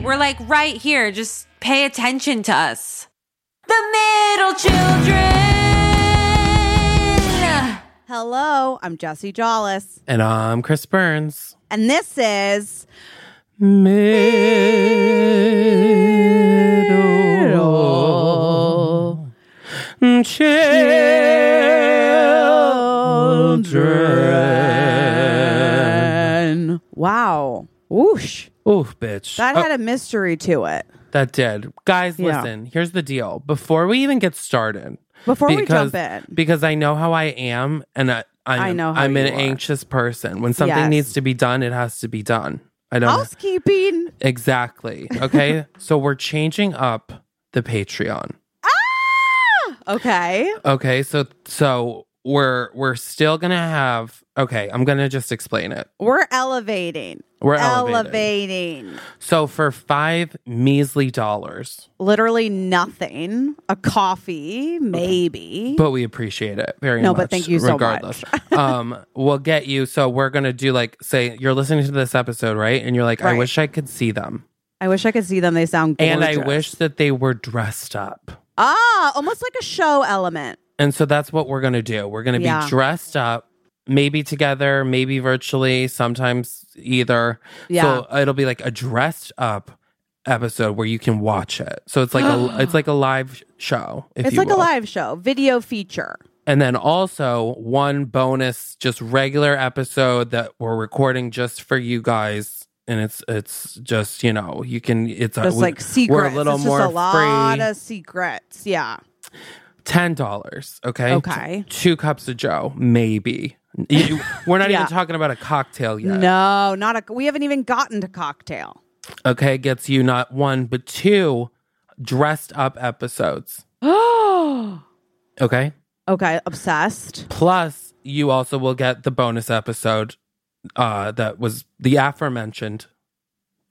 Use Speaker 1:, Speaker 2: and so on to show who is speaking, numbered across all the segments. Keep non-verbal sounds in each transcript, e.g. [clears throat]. Speaker 1: right here. Just pay attention to us. The middle children.
Speaker 2: Hello, I'm Jesse Jollis,
Speaker 3: And I'm Chris Burns.
Speaker 2: and this is
Speaker 3: Middle children.
Speaker 2: Wow. Whoosh.
Speaker 3: Oof, bitch.
Speaker 2: That
Speaker 3: Oh,
Speaker 2: had a mystery to it.
Speaker 3: that did. Guys,
Speaker 2: Yeah.
Speaker 3: listen, here's the deal. Before we even get started,
Speaker 2: Before
Speaker 3: because,
Speaker 2: we jump in,
Speaker 3: because I know how I am, and I, I'm,
Speaker 2: I know how
Speaker 3: I'm an
Speaker 2: you are.
Speaker 3: anxious person. When something
Speaker 2: Yes.
Speaker 3: needs to be done, it has to be done. I don't
Speaker 2: housekeeping.
Speaker 3: exactly.
Speaker 2: [laughs]
Speaker 3: Okay, so we're changing up the Patreon.
Speaker 2: Okay.
Speaker 3: Okay, so so we're we're still gonna have. Okay, I'm gonna just explain it.
Speaker 2: We're elevating.
Speaker 3: We're elevating.
Speaker 2: elevating.
Speaker 3: So for five measly dollars,
Speaker 2: Literally nothing. A coffee, maybe.
Speaker 3: but we appreciate it very
Speaker 2: No,
Speaker 3: much.
Speaker 2: but thank you so
Speaker 3: regardless.
Speaker 2: [laughs]
Speaker 3: um, we'll get you. So we're gonna do like say you're listening to this episode, right? And you're like, I
Speaker 2: Right.
Speaker 3: wish I could see them,
Speaker 2: I wish I could see them. They sound gorgeous.
Speaker 3: and I wish that they were dressed up.
Speaker 2: Ah, almost like a show element.
Speaker 3: And so that's what we're gonna do. We're gonna
Speaker 2: Yeah.
Speaker 3: be dressed up, maybe together, maybe virtually, sometimes either.
Speaker 2: Yeah.
Speaker 3: So it'll be like a dressed up episode where you can watch it. So it's
Speaker 2: [gasps]
Speaker 3: like a it's like a live show. If
Speaker 2: It's
Speaker 3: you
Speaker 2: like a
Speaker 3: will.
Speaker 2: live show, video feature.
Speaker 3: And then also one bonus, just regular episode that we're recording just for you guys. And it's it's just you know you can it's
Speaker 2: Just like secrets.
Speaker 3: Uh, We're a little
Speaker 2: it's
Speaker 3: more
Speaker 2: just a lot
Speaker 3: free.
Speaker 2: of secrets. Yeah.
Speaker 3: Ten dollars, okay?
Speaker 2: Okay.
Speaker 3: T- two cups of Joe, maybe.
Speaker 2: [laughs]
Speaker 3: You- we're not
Speaker 2: Yeah.
Speaker 3: even talking about a cocktail yet.
Speaker 2: No, not a. We haven't even gotten to
Speaker 3: [gasps]
Speaker 2: cocktail.
Speaker 3: Okay, gets you not one but two dressed up episodes.
Speaker 2: Oh.
Speaker 3: Okay,
Speaker 2: okay. Obsessed.
Speaker 3: plus you also will get the bonus episode uh, that was the aforementioned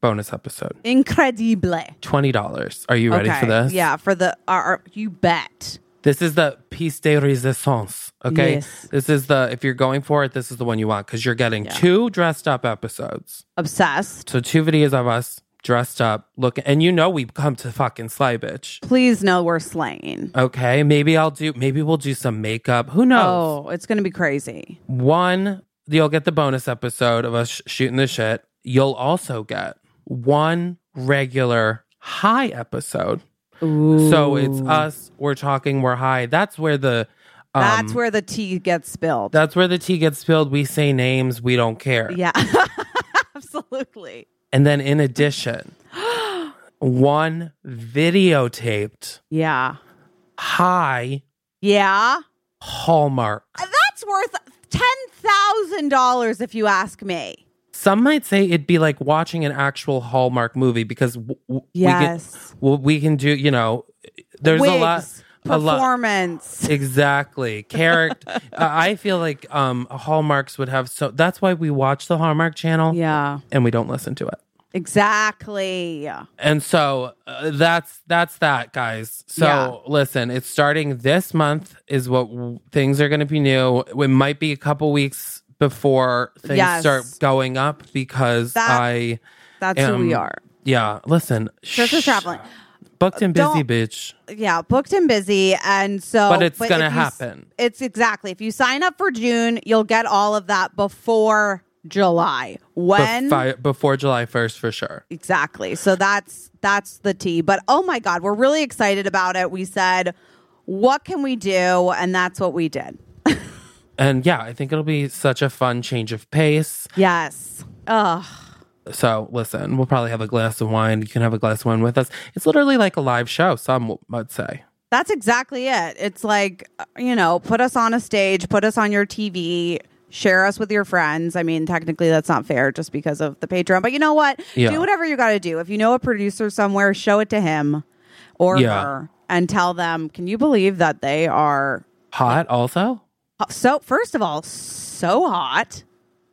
Speaker 3: bonus episode.
Speaker 2: Incredible.
Speaker 3: Twenty dollars. Are you ready
Speaker 2: okay.
Speaker 3: for this?
Speaker 2: Yeah. For the. Our, our- you bet.
Speaker 3: This is the piece de resistance. Okay.
Speaker 2: Yes.
Speaker 3: This is the if you're going for it, this is the one you want because you're getting two dressed up episodes.
Speaker 2: Obsessed.
Speaker 3: So two videos of us dressed up, looking, and you know we come to fucking sly bitch.
Speaker 2: Please know we're slaying.
Speaker 3: Okay, maybe I'll do. Maybe we'll do some makeup. Who knows?
Speaker 2: Oh, it's gonna be crazy.
Speaker 3: One, you'll get the bonus episode of us sh- shooting the shit. You'll also get one regular high episode. So um, it's us. We're talking. We're high. That's where the. Um,
Speaker 2: That's where the tea gets spilled.
Speaker 3: That's where the tea gets spilled. We say names. We don't care.
Speaker 2: yeah. [laughs] Absolutely.
Speaker 3: And then
Speaker 2: [gasps]
Speaker 3: in addition, one videotaped
Speaker 2: Yeah.
Speaker 3: high
Speaker 2: Yeah.
Speaker 3: hallmark.
Speaker 2: That's worth $10,000 if you ask me.
Speaker 3: Some might say it'd be like watching an actual hallmark movie because w- w-
Speaker 2: Yes.
Speaker 3: we can, well, we can do. You know, there's a lot.
Speaker 2: Wigs,
Speaker 3: A lot.
Speaker 2: Performance.
Speaker 3: Exactly. Character.
Speaker 2: [laughs]
Speaker 3: I feel like um Hallmarks would have so. That's why we watch the Hallmark Channel.
Speaker 2: Yeah.
Speaker 3: And we don't listen to it.
Speaker 2: Exactly.
Speaker 3: And so uh, that's that's that, guys. So
Speaker 2: Yeah.
Speaker 3: listen, it's starting this month is what w- things are going to be new. It might be a couple weeks before things
Speaker 2: Yes.
Speaker 3: start going up because
Speaker 2: That-
Speaker 3: I
Speaker 2: That's who
Speaker 3: Um,
Speaker 2: we are.
Speaker 3: yeah. Listen,
Speaker 2: Chris is
Speaker 3: shh,
Speaker 2: traveling.
Speaker 3: booked and busy,
Speaker 2: Don't-
Speaker 3: bitch.
Speaker 2: Yeah, booked and busy. And so
Speaker 3: But it's gonna
Speaker 2: if you s-
Speaker 3: happen.
Speaker 2: It's exactly. If you sign up for June, you'll get all of that before July. When
Speaker 3: Befi- before July first for sure.
Speaker 2: Exactly. So that's that's the tea. But oh my god, we're really excited about it. We said, "What can we do?" and that's what we did.
Speaker 3: And yeah, I think it'll be such a fun change of pace.
Speaker 2: Yes. Ugh.
Speaker 3: So listen, we'll probably have a glass of wine. You can have a glass of wine with us. It's literally like a live show. Some w- might say.
Speaker 2: That's exactly it. It's like, uh, you know, put us on a stage, put us on your TV, share us with your friends. I mean, technically that's not fair just because of the Patreon, but you know what?
Speaker 3: Yeah.
Speaker 2: Do whatever you got to do. If you know a producer somewhere, show it to him or
Speaker 3: Yeah.
Speaker 2: her and tell them, "Can you believe that they are uh,
Speaker 3: Hot also.
Speaker 2: so first of all, so hot?"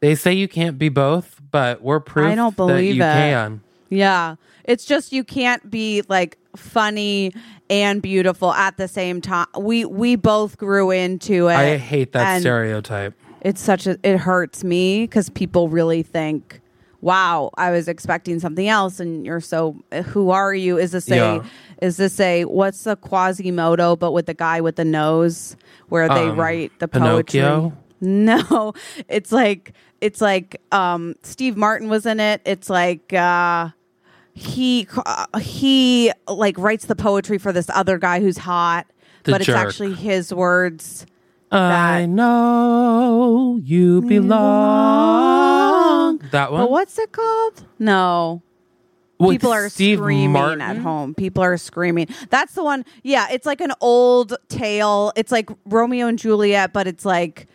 Speaker 3: They say you can't be both, but we're proof
Speaker 2: I don't believe
Speaker 3: that you
Speaker 2: it.
Speaker 3: can.
Speaker 2: Yeah. It's just you can't be like funny and beautiful at the same time. We we both grew into it.
Speaker 3: I hate that
Speaker 2: and
Speaker 3: stereotype.
Speaker 2: It's such a it hurts me cuz people really think wow, I was expecting something else, and you're so who are you? Is this a
Speaker 3: Yeah.
Speaker 2: is this a what's a Quasimodo but with the guy with the nose where they
Speaker 3: Um,
Speaker 2: write the poetry?
Speaker 3: Pinocchio?
Speaker 2: No, [laughs] it's like it's like um Steve Martin was in it. It's like uh he uh, he like writes the poetry for this other guy who's hot,
Speaker 3: The
Speaker 2: but
Speaker 3: jerk.
Speaker 2: it's actually his words.
Speaker 3: I know you belong. That one.
Speaker 2: But what's it called? No.
Speaker 3: With
Speaker 2: people are
Speaker 3: Steve
Speaker 2: screaming
Speaker 3: Martin?
Speaker 2: at home. People are screaming. That's the one. Yeah, it's like an old tale. It's like Romeo and Juliet, but it's like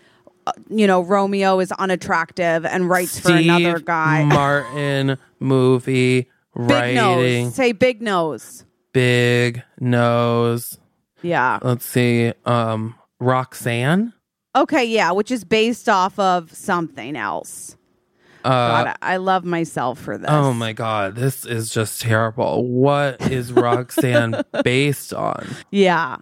Speaker 2: uh, you know Romeo is unattractive and writes for another
Speaker 3: Steve
Speaker 2: guy.
Speaker 3: Martin movie
Speaker 2: big
Speaker 3: writing.
Speaker 2: nose. Say big nose.
Speaker 3: Big nose.
Speaker 2: Yeah.
Speaker 3: Let's see. Um, Roxanne.
Speaker 2: Okay. Yeah, which is based off of something else.
Speaker 3: Uh,
Speaker 2: God, I love myself for this.
Speaker 3: oh my god, this is just terrible. What
Speaker 2: [laughs]
Speaker 3: is Roxanne based on?
Speaker 2: Yeah.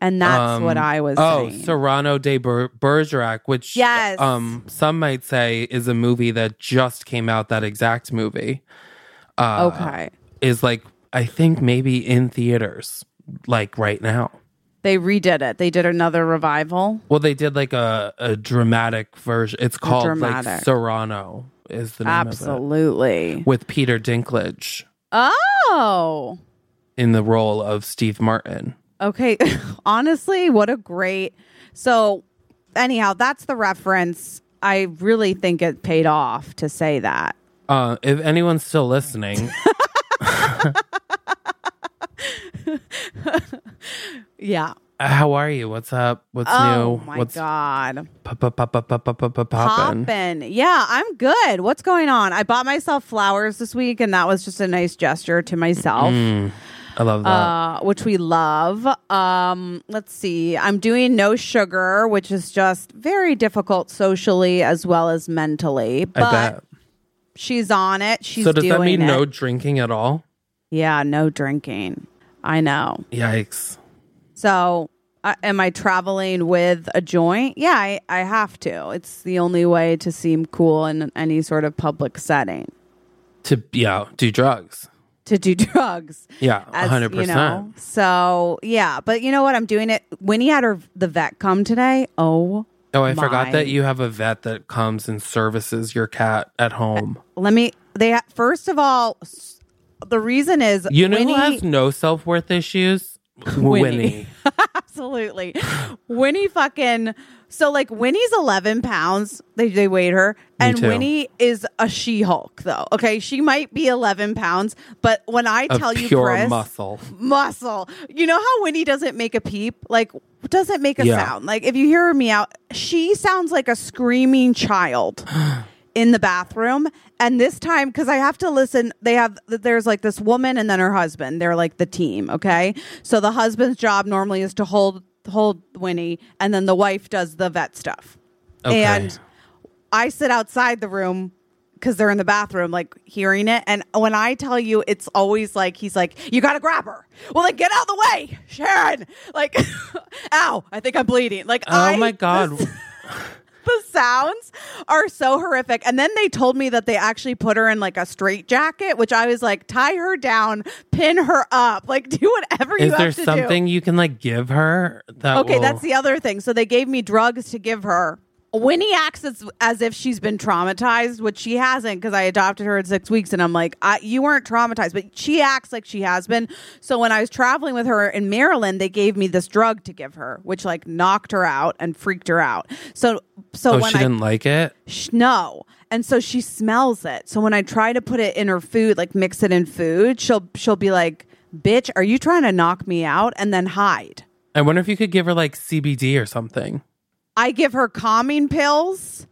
Speaker 2: And that's
Speaker 3: Um,
Speaker 2: what I was
Speaker 3: Oh,
Speaker 2: saying.
Speaker 3: Serrano de Ber- Bergerac, which
Speaker 2: Yes.
Speaker 3: um, some might say is a movie that just came out. That exact movie uh,
Speaker 2: okay.
Speaker 3: is like I think maybe in theaters like right now.
Speaker 2: They redid it. They did another revival.
Speaker 3: Well, they did like a, a dramatic version. It's called like
Speaker 2: dramatic.
Speaker 3: Serrano is the name of
Speaker 2: Absolutely.
Speaker 3: it with Peter Dinklage
Speaker 2: Oh.
Speaker 3: in the role of Steve Martin.
Speaker 2: Okay. [laughs] Honestly, what a great. So, anyhow, that's the reference. I really think it paid off to say that.
Speaker 3: Uh, if anyone's
Speaker 2: [laughs]
Speaker 3: still listening,
Speaker 2: Yeah.
Speaker 3: how are you? What's up? What's
Speaker 2: Oh
Speaker 3: new?
Speaker 2: my
Speaker 3: What's
Speaker 2: god.
Speaker 3: pop pop pop pop pop pop pop pop poppin'?
Speaker 2: Poppin'. Yeah, I'm good. What's going on? I bought myself flowers this week and that was just a nice gesture to myself.
Speaker 3: I love that.
Speaker 2: Uh, which we love. Um, let's see. I'm doing no sugar, which is just very difficult socially as well as mentally. But
Speaker 3: I bet.
Speaker 2: she's on it. She's
Speaker 3: So does
Speaker 2: doing
Speaker 3: that mean
Speaker 2: it.
Speaker 3: no drinking at all?
Speaker 2: Yeah, no drinking. I know.
Speaker 3: Yikes.
Speaker 2: So, uh, am I traveling with a joint? Yeah, I, I have to. It's the only way to seem cool in any sort of public setting
Speaker 3: To yeah, do drugs.
Speaker 2: to do [laughs] drugs.
Speaker 3: Yeah,
Speaker 2: as,
Speaker 3: hundred
Speaker 2: you know.
Speaker 3: percent.
Speaker 2: So yeah, but you know what? I'm doing it. Winnie had her the vet come today. Oh,
Speaker 3: Oh, I forgot
Speaker 2: My-
Speaker 3: that you have a vet that comes and services your cat at home.
Speaker 2: let me. They ha- first of all, s- the reason is
Speaker 3: You know
Speaker 2: Winnie,
Speaker 3: who has no self worth issues? Winnie.
Speaker 2: Winnie. absolutely Winnie fucking. So like Winnie's 11 pounds. They they weighed her, and
Speaker 3: too.
Speaker 2: Winnie is a She Hulk though. Okay, she might be 11 pounds, but when I
Speaker 3: Of
Speaker 2: tell you,
Speaker 3: pure
Speaker 2: Chris,
Speaker 3: muscle.
Speaker 2: muscle. You know how Winnie doesn't make a peep? Like, doesn't make a
Speaker 3: Yeah.
Speaker 2: sound. Like, if you hear her meow, she sounds like a screaming
Speaker 3: [gasps]
Speaker 2: child in the bathroom. And this time, because I have to listen, they have, there's like this woman and then her husband. They're like the team, okay? So the husband's job normally is to hold, hold Winnie, and then the wife does the vet stuff.
Speaker 3: Okay.
Speaker 2: And I sit outside the room because they're in the bathroom, like hearing it. And when I tell you, it's always like he's like, "You gotta grab her." Well, then get out of the way, Sharon. Like, [laughs] ow, I think I'm bleeding. Like,
Speaker 3: Oh
Speaker 2: [laughs]
Speaker 3: my god.
Speaker 2: The, the sounds are so horrific. And then they told me that they actually put her in like a straight jacket, which I was like, tie her down, pin her up, like [laughs] do whatever you
Speaker 3: Is
Speaker 2: have
Speaker 3: there
Speaker 2: to do.
Speaker 3: something you can like give her that
Speaker 2: Okay,
Speaker 3: will-
Speaker 2: that's the other thing. So they gave me drugs to give her. Winnie acts as, as if she's been traumatized, which she hasn't because I adopted her at six weeks. And I'm like, I, you weren't traumatized, but she acts like she has been. So when I was traveling with her in Maryland, they gave me this drug to give her, which like knocked her out and freaked her out. So, so
Speaker 3: Oh,
Speaker 2: when
Speaker 3: she
Speaker 2: I
Speaker 3: didn't like it?
Speaker 2: Sh- No. And so she smells it. So when I try to put it in her food, like mix it in food, she'll she'll be like, "Bitch, are you trying to knock me out?" and then hide.
Speaker 3: I wonder if you could give her like CBD or something.
Speaker 2: I give her calming pills,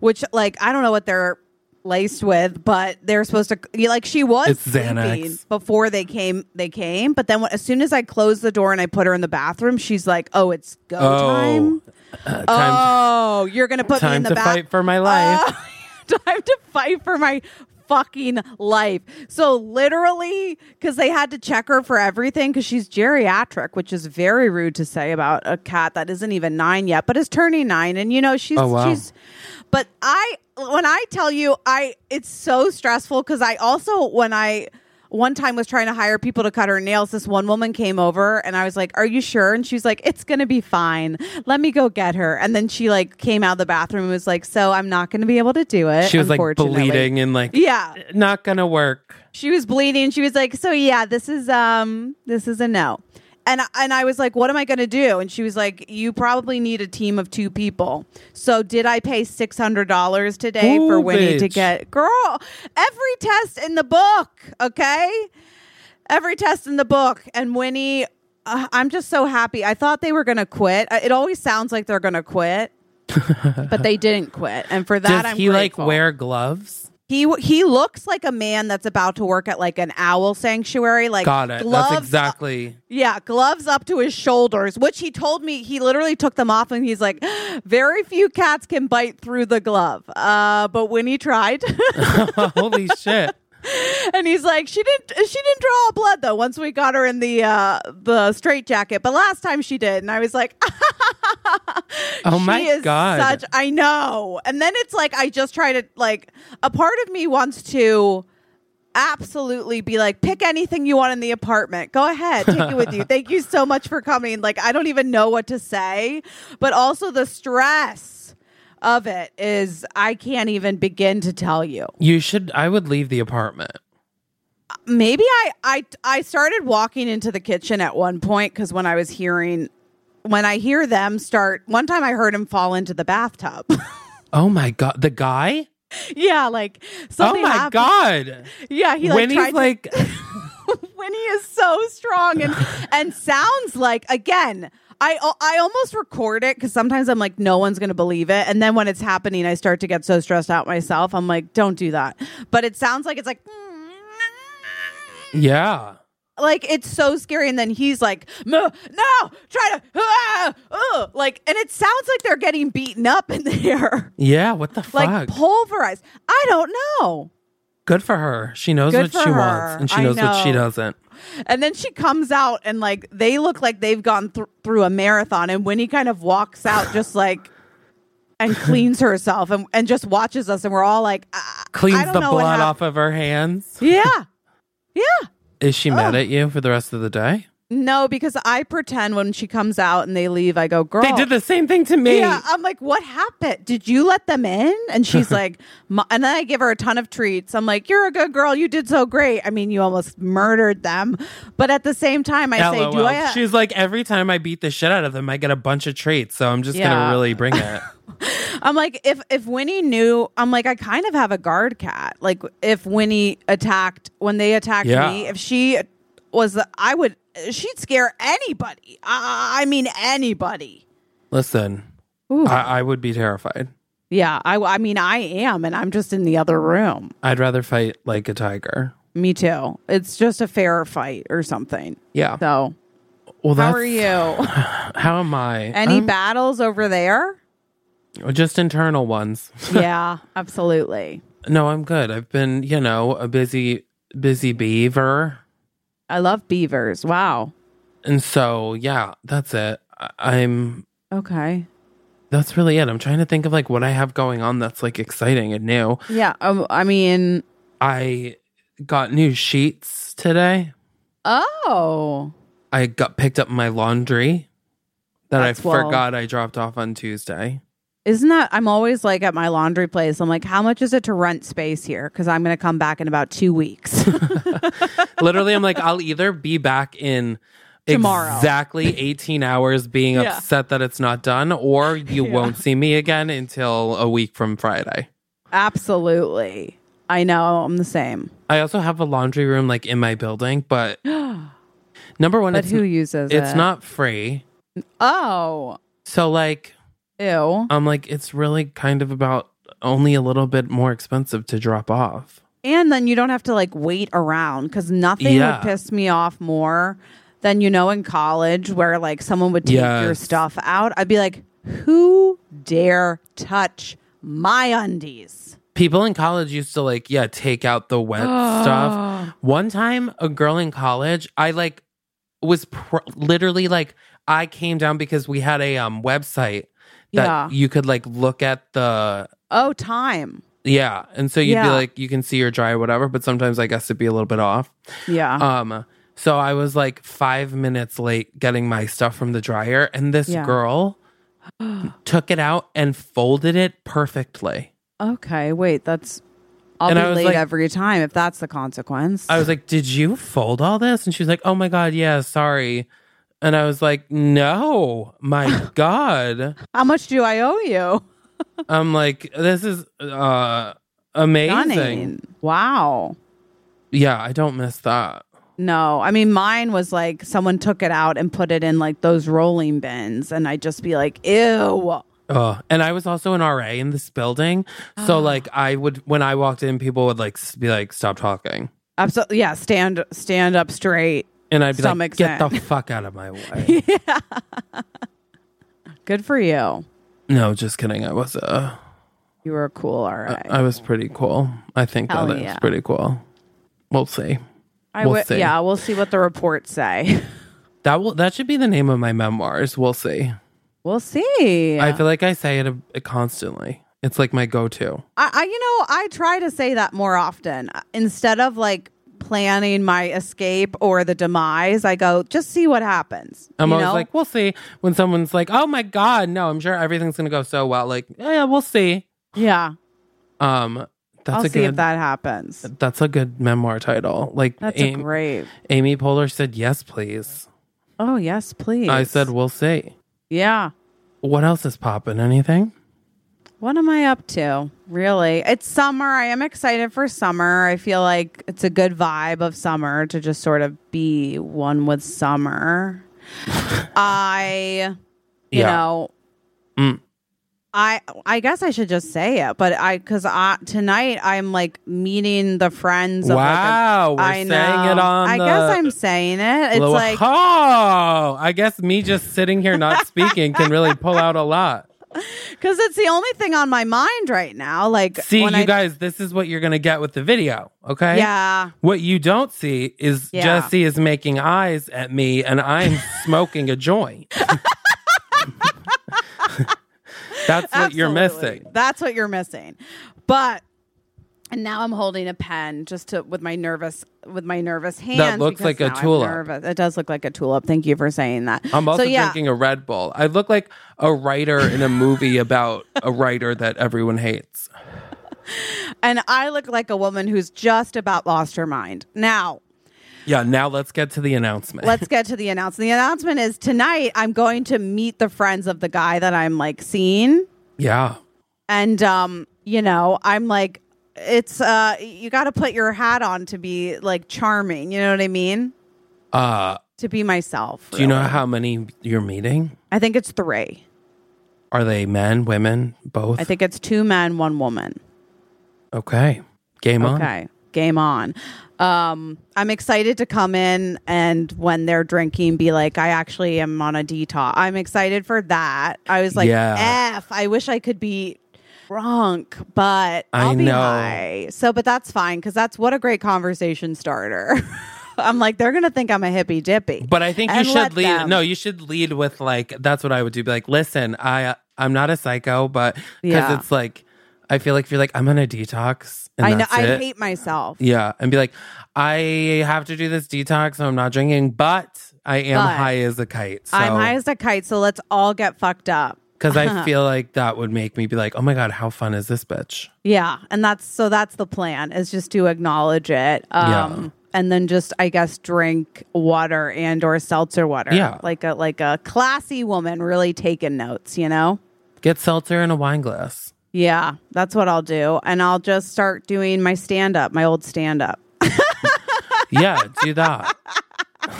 Speaker 2: which like I don't know what they're laced with, but they're supposed to you- like she was
Speaker 3: It's Xanax.
Speaker 2: sleeping before they came. They came, but then when, as soon as I closed the door and I put her in the bathroom, she's like, "Oh, it's go time.
Speaker 3: Uh, time
Speaker 2: Oh, you're gonna put me in
Speaker 3: time
Speaker 2: the
Speaker 3: to
Speaker 2: bathroom.
Speaker 3: fight for my life.
Speaker 2: [laughs] time to fight for my fucking life. So literally, because they had to check her for everything, because she's geriatric, which is very rude to say about a cat that isn't even nine yet, but is turning nine, and you know she's
Speaker 3: Oh, wow.
Speaker 2: she's. But I when I tell you I it's so stressful cuz I also when I one time was trying to hire people to cut her nails this one woman came over and I was like, "Are you sure?" and she's like, "It's going to be fine. Let me go get her." And then she like came out of the bathroom and was like, "So I'm not going to be able to do it."
Speaker 3: She was like
Speaker 2: unfortunately."
Speaker 3: bleeding and like,
Speaker 2: Yeah.
Speaker 3: not gonna work.
Speaker 2: she was bleeding. She was like, "So yeah, this is um, this is a no." And I- and I was like, "What am I going to do?" And she was like, "You probably need a team of two people." So did I pay six hundred dollars today
Speaker 3: Ooh,
Speaker 2: for Winnie to
Speaker 3: bitch.
Speaker 2: get girl every test in the book? Okay, every test in the book, and Winnie. Uh, I'm just so happy. I thought they were going to quit. Uh, It always sounds like they're going to quit, but they didn't quit. And for that,
Speaker 3: Does
Speaker 2: I'm
Speaker 3: he like
Speaker 2: grateful.
Speaker 3: wear gloves?
Speaker 2: He he looks like a man that's about to work at like an owl sanctuary. Like
Speaker 3: Got it.
Speaker 2: uh, [laughs]
Speaker 3: That's exactly. [laughs]
Speaker 2: yeah, gloves up to his shoulders, which he told me he literally took them off, and he's like, [gasps] very few cats can bite through the glove. Uh, but when he tried, [laughs]
Speaker 3: Holy shit.
Speaker 2: and he's like, she didn't she didn't draw blood though. Once we got her in the uh, the straight jacket, but last time she did, and I was like,
Speaker 3: Oh my
Speaker 2: she is
Speaker 3: god.
Speaker 2: Such I know. And then it's like I just try to like a part of me wants to absolutely be like pick anything you want in the apartment. Go ahead, take it with
Speaker 3: [laughs]
Speaker 2: you. Thank you so much for coming. Like I don't even know what to say, but also the stress of it is I can't even begin to tell you.
Speaker 3: you should. I would leave the apartment.
Speaker 2: Maybe I I I started walking into the kitchen at one point cuz when I was hearing when I hear them start one time I heard him fall into the bathtub. [laughs]
Speaker 3: Oh my god. The guy.
Speaker 2: Yeah, like
Speaker 3: Oh
Speaker 2: something.
Speaker 3: my
Speaker 2: happened. [laughs]
Speaker 3: god.
Speaker 2: Yeah, he like
Speaker 3: when
Speaker 2: tried
Speaker 3: he's
Speaker 2: to-
Speaker 3: like,
Speaker 2: [laughs] Winnie is so strong and
Speaker 3: [laughs]
Speaker 2: and sounds like again. I I almost record it because sometimes I'm like, no one's gonna believe it, and then when it's happening, I start to get so stressed out myself. I'm like, don't do that. But it sounds like [laughs] it's like.
Speaker 3: yeah.
Speaker 2: Like it's so scary, and then he's like, "No, no, try to, [laughs] ah, ugh," like, and it sounds like they're getting beaten up in [laughs] there,
Speaker 3: Yeah, what the
Speaker 2: like
Speaker 3: fuck?
Speaker 2: pulverized. I don't know.
Speaker 3: Good for her. She knows
Speaker 2: Good
Speaker 3: what
Speaker 2: for
Speaker 3: she
Speaker 2: her.
Speaker 3: wants and she
Speaker 2: I
Speaker 3: knows what she
Speaker 2: know.
Speaker 3: doesn't.
Speaker 2: And then she comes out and like they look like they've gone thr through a marathon. And Winnie kind of walks out just like and cleans herself and, and just watches us. And we're all like, ah, I
Speaker 3: Cleans
Speaker 2: don't
Speaker 3: the
Speaker 2: know what
Speaker 3: blood
Speaker 2: hap-
Speaker 3: off of her hands.
Speaker 2: Yeah. Yeah.
Speaker 3: Is she mad at you for the rest of the day?
Speaker 2: No, because I pretend when she comes out and they leave, I go, girl.
Speaker 3: They did the same thing to me.
Speaker 2: Oh. Yeah, I'm like, what happened? Did you let them in? And
Speaker 3: [laughs]
Speaker 2: she's like, "Ma-" and then I give her a ton of treats. I'm like, you're a good girl. You did so great. I mean, you almost murdered them, but at the same time,
Speaker 3: [laughs]
Speaker 2: I say, do
Speaker 3: LOL.
Speaker 2: I? uh,
Speaker 3: She's like, every time I beat the shit out of them, I get a bunch of treats. So I'm just
Speaker 2: Yeah.
Speaker 3: gonna really
Speaker 2: [laughs]
Speaker 3: bring it.
Speaker 2: I'm like, if if Winnie knew, I'm like, I kind of have a guard cat. Like, if Winnie attacked when they attacked
Speaker 3: Yeah.
Speaker 2: me, if she was, the, I would, she'd scare anybody. I, I mean, anybody.
Speaker 3: Listen,
Speaker 2: Ooh.
Speaker 3: I-, I would be terrified.
Speaker 2: Yeah, I, I mean, I am, and I'm just in the other room.
Speaker 3: I'd rather fight like a tiger.
Speaker 2: Me too. It's just a fair fight or something.
Speaker 3: Yeah.
Speaker 2: So, how
Speaker 3: well, that's,
Speaker 2: are
Speaker 3: [laughs]
Speaker 2: you?
Speaker 3: How am I?
Speaker 2: Any
Speaker 3: I'm-
Speaker 2: battles over
Speaker 3: [laughs]
Speaker 2: there?
Speaker 3: just internal ones.
Speaker 2: yeah, absolutely.
Speaker 3: No, I'm good. I've been, you know, a busy, busy beaver.
Speaker 2: I love beavers. Wow.
Speaker 3: And so, yeah, that's it. I- I'm,
Speaker 2: Okay.
Speaker 3: that's really it. I'm trying to think of like what I have going on that's like exciting and new.
Speaker 2: Yeah. Um, I mean,
Speaker 3: I got new sheets today.
Speaker 2: oh.
Speaker 3: I got picked up my laundry that I
Speaker 2: That's well.
Speaker 3: forgot I dropped off on Tuesday.
Speaker 2: Isn't that I'm always like at my laundry place? I'm like, how much is it to rent space here? Because I'm going to come back in about two weeks. [laughs]
Speaker 3: Literally, I'm like, I'll either be back in
Speaker 2: Tomorrow.
Speaker 3: exactly 18 hours being
Speaker 2: Yeah.
Speaker 3: upset that it's not done, or you
Speaker 2: Yeah.
Speaker 3: won't see me again until a week from Friday.
Speaker 2: Absolutely, I know. I'm the same.
Speaker 3: I also have a laundry room like in my building, but
Speaker 2: [gasps]
Speaker 3: number one,
Speaker 2: But
Speaker 3: it's,
Speaker 2: who uses it?
Speaker 3: it's not free.
Speaker 2: Oh,
Speaker 3: So, like,
Speaker 2: ew.
Speaker 3: I'm like, it's really kind of about only a little bit more expensive to drop off.
Speaker 2: And then you don't have to like wait around because nothing
Speaker 3: Yeah.
Speaker 2: would piss me off more than you know in college where like someone would take your
Speaker 3: Yes.
Speaker 2: stuff out. I'd be like, who dare touch my undies?
Speaker 3: people in college used to like yeah take out the
Speaker 2: [gasps]
Speaker 3: wet stuff one time a girl in college i like was pr- literally like i came down because we had a um website that
Speaker 2: Yeah.
Speaker 3: you could like look at the
Speaker 2: Oh, time.
Speaker 3: Yeah. And so you'd be
Speaker 2: Yeah.
Speaker 3: like, you can see your dry or whatever, but sometimes I guess it'd be a little bit off.
Speaker 2: Yeah.
Speaker 3: Um, so I was like five minutes late getting my stuff from the dryer, and this
Speaker 2: Yeah. [gasps]
Speaker 3: girl took it out and folded it perfectly.
Speaker 2: okay, wait, that's I'll
Speaker 3: And
Speaker 2: be
Speaker 3: I was
Speaker 2: late
Speaker 3: like-
Speaker 2: every time if that's the consequence.
Speaker 3: I was like, Did you fold all this? And she was like, Oh my God, yeah, sorry. And I was like, No,
Speaker 2: [laughs]
Speaker 3: my God.
Speaker 2: How much do I owe you?
Speaker 3: I'm like, This is uh, amazing.
Speaker 2: Stunning. Wow.
Speaker 3: Yeah, I don't miss that.
Speaker 2: No, I mean mine was like someone took it out and put it in like those rolling bins, and I'd just be like, "Ew."
Speaker 3: Oh, and I was also an RA in this building.
Speaker 2: Ah.
Speaker 3: So, like, I would, when I walked in, people would like s- be like, stop talking.
Speaker 2: Absolutely, yeah. Stand stand up straight.
Speaker 3: And I'd be
Speaker 2: Stomach
Speaker 3: like, get
Speaker 2: set.
Speaker 3: the fuck out of my way.
Speaker 2: [laughs] Good for you.
Speaker 3: no, just kidding. I was, uh,
Speaker 2: You were cool, all right.
Speaker 3: I was pretty cool. I think
Speaker 2: Hell
Speaker 3: that
Speaker 2: yeah.
Speaker 3: it's pretty cool. We'll see.
Speaker 2: I
Speaker 3: we'll
Speaker 2: wi-
Speaker 3: see.
Speaker 2: yeah, we'll see what the reports say. [laughs]
Speaker 3: That will, that should be the name of my memoirs. We'll see.
Speaker 2: we'll see.
Speaker 3: I feel like I say it uh, constantly. It's like my go to.
Speaker 2: I, I you know I try to say that more often Uh, instead of like planning my escape or the demise. I go just see what happens.
Speaker 3: I'm
Speaker 2: you
Speaker 3: always
Speaker 2: know?
Speaker 3: like, we'll see. When someone's like, oh my God, no, I'm sure everything's going to go so well. Like, yeah, we'll see.
Speaker 2: yeah,
Speaker 3: Um, that's
Speaker 2: I'll
Speaker 3: a
Speaker 2: see
Speaker 3: good,
Speaker 2: if that happens.
Speaker 3: That's a good memoir title. Like
Speaker 2: That's a
Speaker 3: Am-
Speaker 2: great.
Speaker 3: Amy Poehler said, "Yes, please."
Speaker 2: Oh yes, please.
Speaker 3: I said, "We'll see."
Speaker 2: yeah.
Speaker 3: What else is popping? Anything?
Speaker 2: What am I up to? Really? It's summer. I am excited for summer. I feel like it's a good vibe of summer to just sort of be one with
Speaker 3: [laughs]
Speaker 2: summer. I, you
Speaker 3: Yeah.
Speaker 2: know,
Speaker 3: Mm.
Speaker 2: I I guess I should just say it, but I because I tonight I'm like meeting the friends. Of
Speaker 3: Wow,
Speaker 2: like
Speaker 3: we're
Speaker 2: a,
Speaker 3: saying it on
Speaker 2: I
Speaker 3: the-
Speaker 2: guess I'm saying it. It's
Speaker 3: Lo-
Speaker 2: like
Speaker 3: oh, I guess me just sitting here not speaking can really pull out a lot.
Speaker 2: because it's the only thing on my mind right now. Like
Speaker 3: See,
Speaker 2: when
Speaker 3: you
Speaker 2: I-
Speaker 3: guys, this is what you're gonna get with the video. Okay.
Speaker 2: yeah.
Speaker 3: What you don't see is
Speaker 2: Yeah.
Speaker 3: Jesse is making eyes at me,
Speaker 2: [laughs]
Speaker 3: and I'm smoking a joint. [laughs] That's what you're
Speaker 2: Absolutely.
Speaker 3: missing.
Speaker 2: That's what you're missing. But and now I'm holding a pen just to with my nervous with my nervous hands.
Speaker 3: looks
Speaker 2: because
Speaker 3: like a
Speaker 2: now I'm
Speaker 3: tulip.
Speaker 2: nervous. It does look like a tulip. Thank you for saying that.
Speaker 3: I'm also
Speaker 2: so, yeah,
Speaker 3: drinking a Red Bull. I look like a writer in
Speaker 2: [laughs]
Speaker 3: a movie about a writer that everyone hates.
Speaker 2: and I look like a woman who's just about lost her mind. Now
Speaker 3: Yeah, now let's get to the announcement.
Speaker 2: let's get to the announcement. The announcement is tonight I'm going to meet the friends of the guy that I'm like seeing.
Speaker 3: yeah.
Speaker 2: and um you know i'm like it's uh you got to put your hat on to be like charming you know what i mean
Speaker 3: Uh,
Speaker 2: to be myself
Speaker 3: do you know
Speaker 2: really.
Speaker 3: how many you're meeting?
Speaker 2: i think it's three
Speaker 3: Are they men, women, both?
Speaker 2: i think it's two men one woman
Speaker 3: Okay. Game on.
Speaker 2: okay game on um i'm excited to come in and when they're drinking be like i actually am on a detox i'm excited for that i was like
Speaker 3: Yeah.
Speaker 2: f i wish i could be drunk but
Speaker 3: I
Speaker 2: i'll be
Speaker 3: know.
Speaker 2: high so but that's fine because that's what a great conversation starter [laughs] i'm like they're gonna think i'm a hippy dippy
Speaker 3: But I think you
Speaker 2: And
Speaker 3: should
Speaker 2: let
Speaker 3: lead.
Speaker 2: them.
Speaker 3: No, you should lead with like that's what I would do. Be like, listen, I I'm not a psycho, but because
Speaker 2: Yeah.
Speaker 3: it's like I feel like if you're like I'm on a detox. And
Speaker 2: i know
Speaker 3: that's
Speaker 2: i
Speaker 3: it,
Speaker 2: hate myself
Speaker 3: Yeah, and be like, I have to do this detox, so I'm not drinking, but I am
Speaker 2: But-
Speaker 3: high as a kite. So,
Speaker 2: i'm high as [laughs] Uh-huh. a kite so let's all get fucked up
Speaker 3: because I feel like that would make me be like, oh my god, how fun is this bitch?
Speaker 2: Yeah, and that's so that's the plan is just to acknowledge it. Um and then just I guess drink water and or seltzer water.
Speaker 3: Yeah.
Speaker 2: Like a like a classy woman really taking notes, you know?
Speaker 3: Get seltzer in a wine glass.
Speaker 2: Yeah, that's what I'll do. And I'll just start doing my stand up, my old stand up.
Speaker 3: Yeah, do that. [sighs]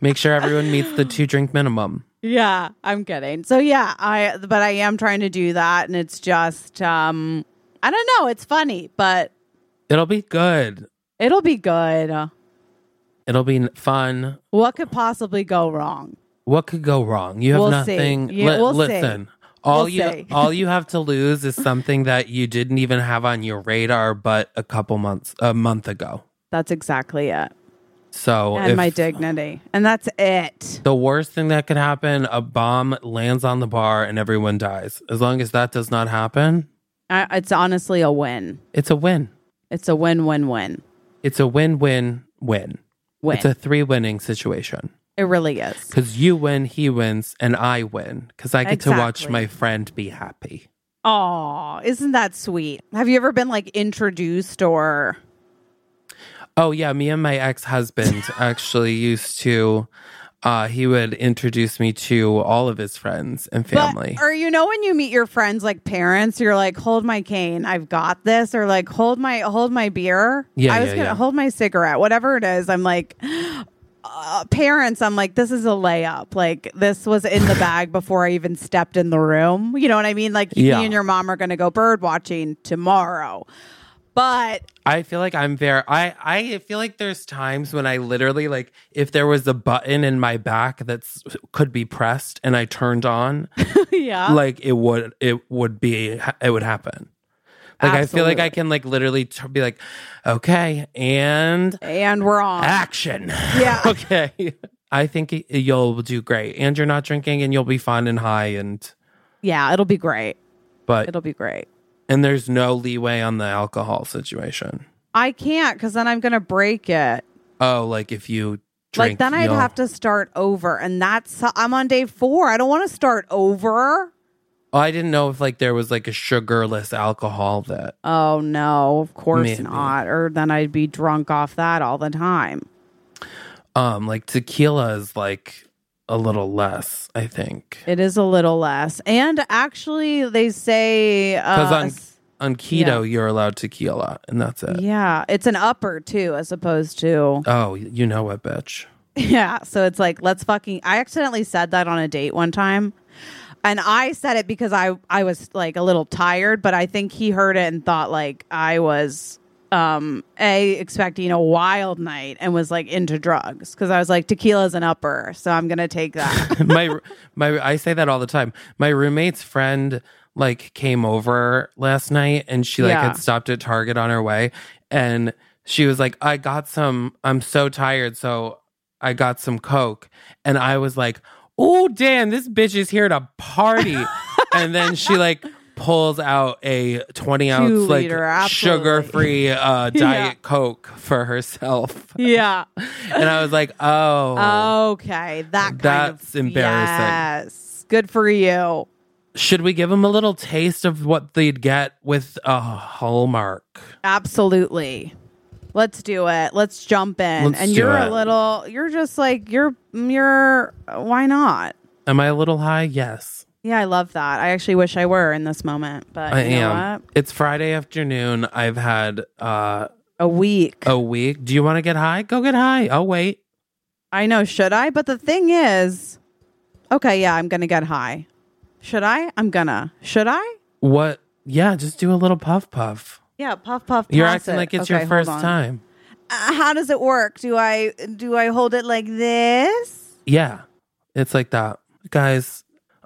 Speaker 3: make sure everyone meets the two drink minimum.
Speaker 2: Yeah, I'm kidding. So yeah, I but I am trying to do that and it's just um I don't know, it's funny, but
Speaker 3: It'll be good.
Speaker 2: it'll be good.
Speaker 3: It'll be n- fun.
Speaker 2: What could possibly go wrong?
Speaker 3: What could go wrong? You have
Speaker 2: We'll see.
Speaker 3: nothing.
Speaker 2: Yeah, we'll see.
Speaker 3: listen. All
Speaker 2: We'll
Speaker 3: you
Speaker 2: see. [laughs]
Speaker 3: all you have to lose is something that you didn't even have on your radar but a couple months a month ago.
Speaker 2: That's exactly it.
Speaker 3: So
Speaker 2: and
Speaker 3: if
Speaker 2: my dignity. And that's it.
Speaker 3: the worst thing that could happen, a bomb lands on the bar and everyone dies. As long as that does not happen,
Speaker 2: I, it's honestly a win.
Speaker 3: It's a win.
Speaker 2: It's a win, win, win,
Speaker 3: It's a win win win.
Speaker 2: win.
Speaker 3: It's a three winning situation.
Speaker 2: it really is.
Speaker 3: Because you win, he wins, and I win. Because I get to watch
Speaker 2: Exactly.
Speaker 3: my friend be happy.
Speaker 2: Oh, isn't that sweet? Have you ever been like introduced or?
Speaker 3: Oh yeah, me and
Speaker 2: [laughs]
Speaker 3: my ex-husband actually used to uh he would introduce me to all of his friends and family.
Speaker 2: But, or you know when you meet your friends like parents, you're like, hold my cane, I've got this, or like hold my hold my beer.
Speaker 3: Yeah,
Speaker 2: I was
Speaker 3: yeah,
Speaker 2: gonna
Speaker 3: yeah.
Speaker 2: hold my cigarette, whatever it is. I'm like uh, parents, I'm like, this is a layup. Like this was in
Speaker 3: [laughs]
Speaker 2: the bag before I even stepped in the room. You know what I mean? Like
Speaker 3: Yeah.
Speaker 2: me and your mom are gonna go bird watching tomorrow. But
Speaker 3: I feel like I'm there. I I feel like there's times when I literally like if there was a button in my back that could be pressed and I turned on,
Speaker 2: Uh-huh. yeah.
Speaker 3: like it would it would be it would happen. Like I feel like I
Speaker 2: Absolutely.
Speaker 3: can like literally t- be like, okay, and
Speaker 2: and we're on.
Speaker 3: action.
Speaker 2: Yeah.
Speaker 3: [laughs] okay. I think y- you'll do great, and you're not drinking, and you'll be fun and high, and
Speaker 2: Yeah, it'll be great.
Speaker 3: but
Speaker 2: It'll be great.
Speaker 3: and there's no leeway on the alcohol situation.
Speaker 2: I can't because then I'm gonna break it.
Speaker 3: Oh, like if you
Speaker 2: like
Speaker 3: drink,
Speaker 2: then I'd
Speaker 3: you'll-
Speaker 2: have to start over, and that's I'm on day four. I don't want to start over.
Speaker 3: Oh, I didn't know if like there was like a sugarless alcohol that.
Speaker 2: Oh no, of course
Speaker 3: Maybe.
Speaker 2: not. Or then I'd be drunk off that all the time.
Speaker 3: Um, like tequila is like a little less, I think.
Speaker 2: It is a little less, and actually, they say
Speaker 3: Because
Speaker 2: uh,
Speaker 3: on
Speaker 2: s-
Speaker 3: on keto, you're allowed tequila, and that's it.
Speaker 2: yeah, it's an upper too, as opposed to
Speaker 3: Oh, you know what, bitch.
Speaker 2: [laughs] yeah. So it's like let's fucking. I accidentally said that on a date one time. And I said it because I I was like a little tired, but I think he heard it and thought like I was um a expecting a wild night and was like into drugs because I was like tequila's an upper, so I'm gonna take
Speaker 3: [laughs]
Speaker 2: that.
Speaker 3: my my I say that all the time. My roommate's friend like came over last night and she like
Speaker 2: Yeah.
Speaker 3: had stopped at Target on her way and she was like, "I got some I'm so tired, so I got some coke." And I was like, "Oh, Dan, this bitch is here to party."
Speaker 2: [laughs]
Speaker 3: and then she like pulls out a 20 ounce
Speaker 2: liter,
Speaker 3: like
Speaker 2: absolutely.
Speaker 3: sugar-free uh diet
Speaker 2: [laughs] Yeah.
Speaker 3: coke for herself
Speaker 2: yeah.
Speaker 3: and i was like oh
Speaker 2: Okay, that kind
Speaker 3: That's
Speaker 2: of,
Speaker 3: embarrassing.
Speaker 2: Yes, good for you.
Speaker 3: Should we give them a little taste of what they'd get with a Hallmark?
Speaker 2: Absolutely. Let's do it. Let's jump in.
Speaker 3: Let's
Speaker 2: and
Speaker 3: do
Speaker 2: you're
Speaker 3: it.
Speaker 2: a little. You're just like you're. You're. Why not?
Speaker 3: Am I a little high? Yes,
Speaker 2: Yeah, I love that. I actually wish I were in this moment, but
Speaker 3: I
Speaker 2: you know
Speaker 3: am.
Speaker 2: what?
Speaker 3: It's Friday afternoon. I've had uh,
Speaker 2: A week.
Speaker 3: a week. Do you want to get high? Go get high. I'll wait.
Speaker 2: I know, should I? But the thing is, okay, yeah, I'm going to get high. Should I? I'm gonna. Should I?
Speaker 3: What? Yeah, just do a little puff puff.
Speaker 2: Yeah, puff puff.
Speaker 3: You're
Speaker 2: toss
Speaker 3: acting
Speaker 2: it.
Speaker 3: like it's
Speaker 2: Okay,
Speaker 3: your
Speaker 2: hold
Speaker 3: first
Speaker 2: on.
Speaker 3: time.
Speaker 2: Uh, how does it work? Do I do I hold it like this?
Speaker 3: Yeah, it's like that. Guys,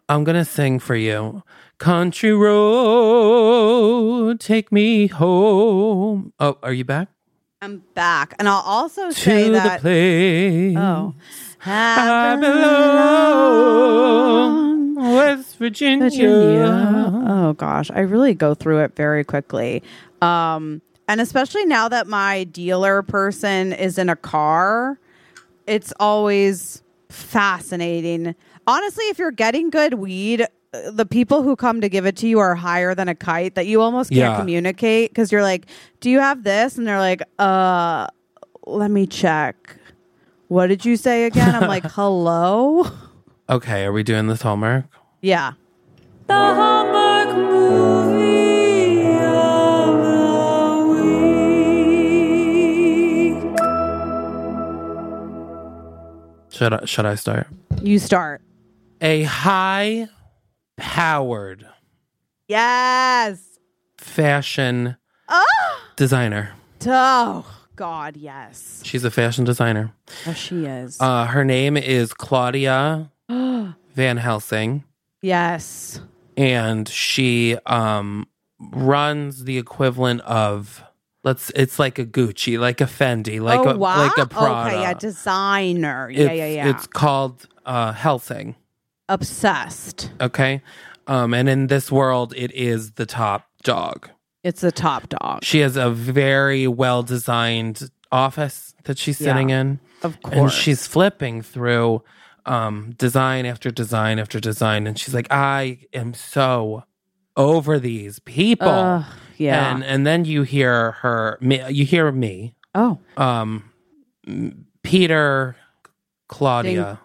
Speaker 3: I'm going to sing for you. Country road, take me home. Oh, are you back?
Speaker 2: I'm back, and I'll also say
Speaker 3: to the
Speaker 2: that.
Speaker 3: place.
Speaker 2: Oh.
Speaker 3: I belong, West Virginia.
Speaker 2: Virginia. Oh gosh, I really go through it very quickly. Um, and especially now that my dealer person is in a car, it's always fascinating. Honestly, if you're getting good weed, uh, the people who come to give it to you are higher than a kite that you almost can't
Speaker 3: Yeah.
Speaker 2: communicate because you're like, "Do you have this?" and they're like, "Uh, let me check." What did you say again? I'm like, [laughs] "Hello."
Speaker 3: Okay, are we doing this homework?
Speaker 2: Yeah.
Speaker 1: The Hallmark movie of the week.
Speaker 3: Should I, should I start?
Speaker 2: You start.
Speaker 3: A high powered
Speaker 2: Yes.
Speaker 3: fashion designer.
Speaker 2: Oh God, yes.
Speaker 3: She's a fashion designer.
Speaker 2: Yes, she is.
Speaker 3: Uh, her name is Claudia Van Helsing.
Speaker 2: [gasps] yes.
Speaker 3: and she um runs the equivalent of let's it's like a Gucci, like a Fendi, like
Speaker 2: oh
Speaker 3: a
Speaker 2: wow.
Speaker 3: like a Prada.
Speaker 2: Okay, yeah, designer.
Speaker 3: it's,
Speaker 2: yeah, yeah, yeah.
Speaker 3: It's called uh Helsing,
Speaker 2: Obsessed.
Speaker 3: okay? Um and in this world it is the top dog.
Speaker 2: It's the top dog.
Speaker 3: She has a very well designed office that she's sitting
Speaker 2: Yeah.
Speaker 3: in.
Speaker 2: Of course.
Speaker 3: And she's flipping through um, design after design after design. And she's like, I am so over these people.
Speaker 2: Ugh, yeah.
Speaker 3: And, and then you hear her, me, you hear me,
Speaker 2: oh,
Speaker 3: um, m- Peter, Claudia.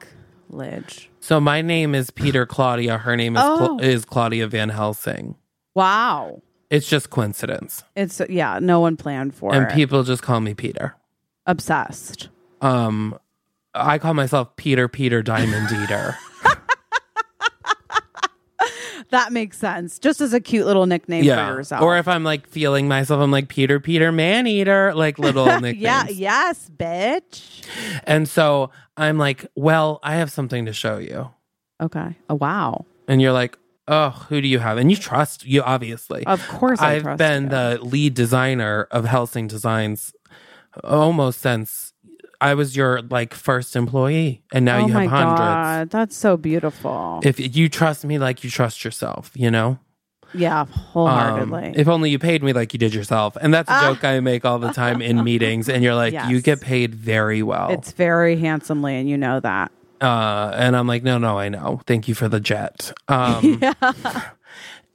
Speaker 2: Dinklage.
Speaker 3: So my name is Peter Claudia. Her name is, Cla-
Speaker 2: Oh.
Speaker 3: is Claudia Van Helsing.
Speaker 2: Wow.
Speaker 3: It's just coincidence.
Speaker 2: It's yeah. No one planned for
Speaker 3: and
Speaker 2: it.
Speaker 3: people just call me Peter.
Speaker 2: Obsessed.
Speaker 3: Um, I call myself Peter Peter Diamond Eater.
Speaker 2: [laughs] That makes sense. Just as a cute little nickname for
Speaker 3: yeah.
Speaker 2: yourself.
Speaker 3: Or if I'm like feeling myself, I'm like Peter Peter Man Eater, like little
Speaker 2: [laughs]
Speaker 3: nicknames.
Speaker 2: yeah. Yes, bitch.
Speaker 3: And so I'm like, well, I have something to show you.
Speaker 2: Okay. Oh wow.
Speaker 3: And you're like, oh, who do you have? And you trust you obviously.
Speaker 2: Of course. I
Speaker 3: I've
Speaker 2: trust
Speaker 3: been
Speaker 2: you.
Speaker 3: the lead designer of Helsing Designs almost since I was your like first employee, and now
Speaker 2: oh
Speaker 3: you
Speaker 2: my
Speaker 3: have hundreds.
Speaker 2: god, that's so beautiful.
Speaker 3: If you trust me like you trust yourself, you know.
Speaker 2: yeah,
Speaker 3: Um,
Speaker 2: wholeheartedly.
Speaker 3: if only you paid me like you did yourself. And that's a
Speaker 2: Ah.
Speaker 3: joke I make all the time in meetings. And you're like,
Speaker 2: Yes.
Speaker 3: you get paid very well.
Speaker 2: it's very handsomely, and you know
Speaker 3: [laughs]
Speaker 2: that.
Speaker 3: uh, and I'm like, no, no, I know. Thank you for
Speaker 2: [laughs]
Speaker 3: the jet. Um,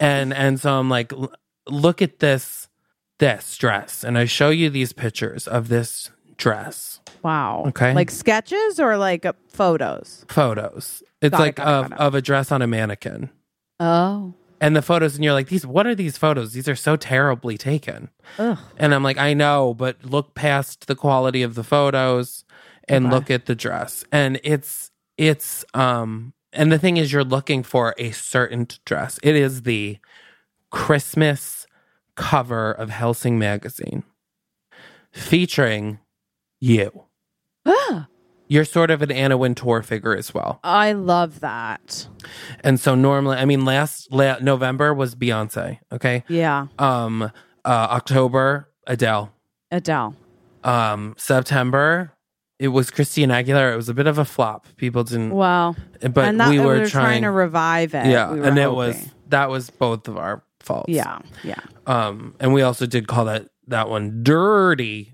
Speaker 3: and and so I'm like, "L- look at this this dress, and I show you these pictures of this dress
Speaker 2: Wow.
Speaker 3: Okay.
Speaker 2: Like sketches or like uh, photos.
Speaker 3: photos. It's
Speaker 2: Got it,
Speaker 3: like
Speaker 2: got it,
Speaker 3: of,
Speaker 2: got it.
Speaker 3: of a dress on a mannequin.
Speaker 2: Oh.
Speaker 3: And the photos, and you're like, these. What are these photos? These are so terribly taken.
Speaker 2: Ugh. [gasps]
Speaker 3: And I'm like, I know, but look past the quality of the photos and
Speaker 2: Okay.
Speaker 3: look at the dress. And it's it's um and the thing is you're looking for a certain dress. It is the Christmas cover of Helsing magazine featuring you. You're sort of an Anna Wintour figure as well.
Speaker 2: I love that.
Speaker 3: And so normally, I mean last la- November was Beyonce, okay?
Speaker 2: Yeah.
Speaker 3: Um uh October Adele.
Speaker 2: Adele.
Speaker 3: um September. It was Christine Aguilera. It was a bit of a flop. People didn't,
Speaker 2: Wow.
Speaker 3: Mm. but
Speaker 2: and that
Speaker 3: we were
Speaker 2: trying,
Speaker 3: trying,
Speaker 2: to revive it.
Speaker 3: yeah,
Speaker 2: we were
Speaker 3: and it
Speaker 2: hoping.
Speaker 3: was that was both of our faults.
Speaker 2: Yeah. Yeah.
Speaker 3: um, and we also did call that that one dirty.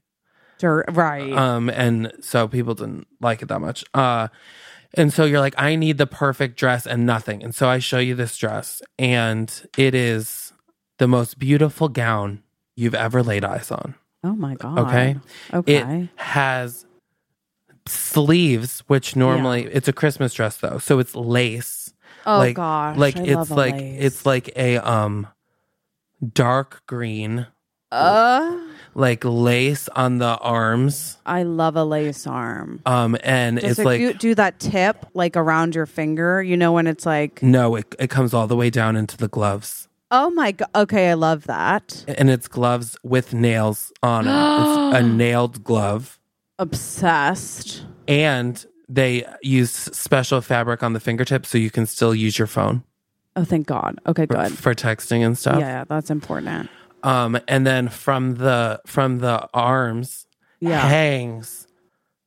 Speaker 2: Dur- right.
Speaker 3: Um, and so people didn't like it that much. Uh, and so you're like, I need the perfect dress and nothing. And so I show you this dress, and it is the most beautiful gown you've ever laid eyes on.
Speaker 2: oh my god.
Speaker 3: okay.
Speaker 2: Okay.
Speaker 3: It has sleeves, which normally it's a Christmas dress though, so it's lace.
Speaker 2: oh
Speaker 3: like,
Speaker 2: gosh.
Speaker 3: like
Speaker 2: I
Speaker 3: it's
Speaker 2: love a
Speaker 3: like
Speaker 2: lace.
Speaker 3: it's like a um dark green
Speaker 2: Uh,
Speaker 3: like lace on the arms.
Speaker 2: I love a lace arm.
Speaker 3: Um, and
Speaker 2: Does
Speaker 3: it's
Speaker 2: it
Speaker 3: like
Speaker 2: do, do that tip like around your finger? You know when it's like,
Speaker 3: no, it it comes all the way down into the gloves,
Speaker 2: oh my god. Okay, I love that.
Speaker 3: and it's gloves with nails on them.
Speaker 2: [gasps]
Speaker 3: it's a nailed glove,
Speaker 2: Obsessed.
Speaker 3: and they use special fabric on the fingertips so you can still use your phone
Speaker 2: Oh, thank God. Okay,
Speaker 3: for,
Speaker 2: good.
Speaker 3: for texting and
Speaker 2: Yeah,
Speaker 3: stuff.
Speaker 2: yeah, that's important.
Speaker 3: um and then from the from the arms
Speaker 2: Yeah.
Speaker 3: hangs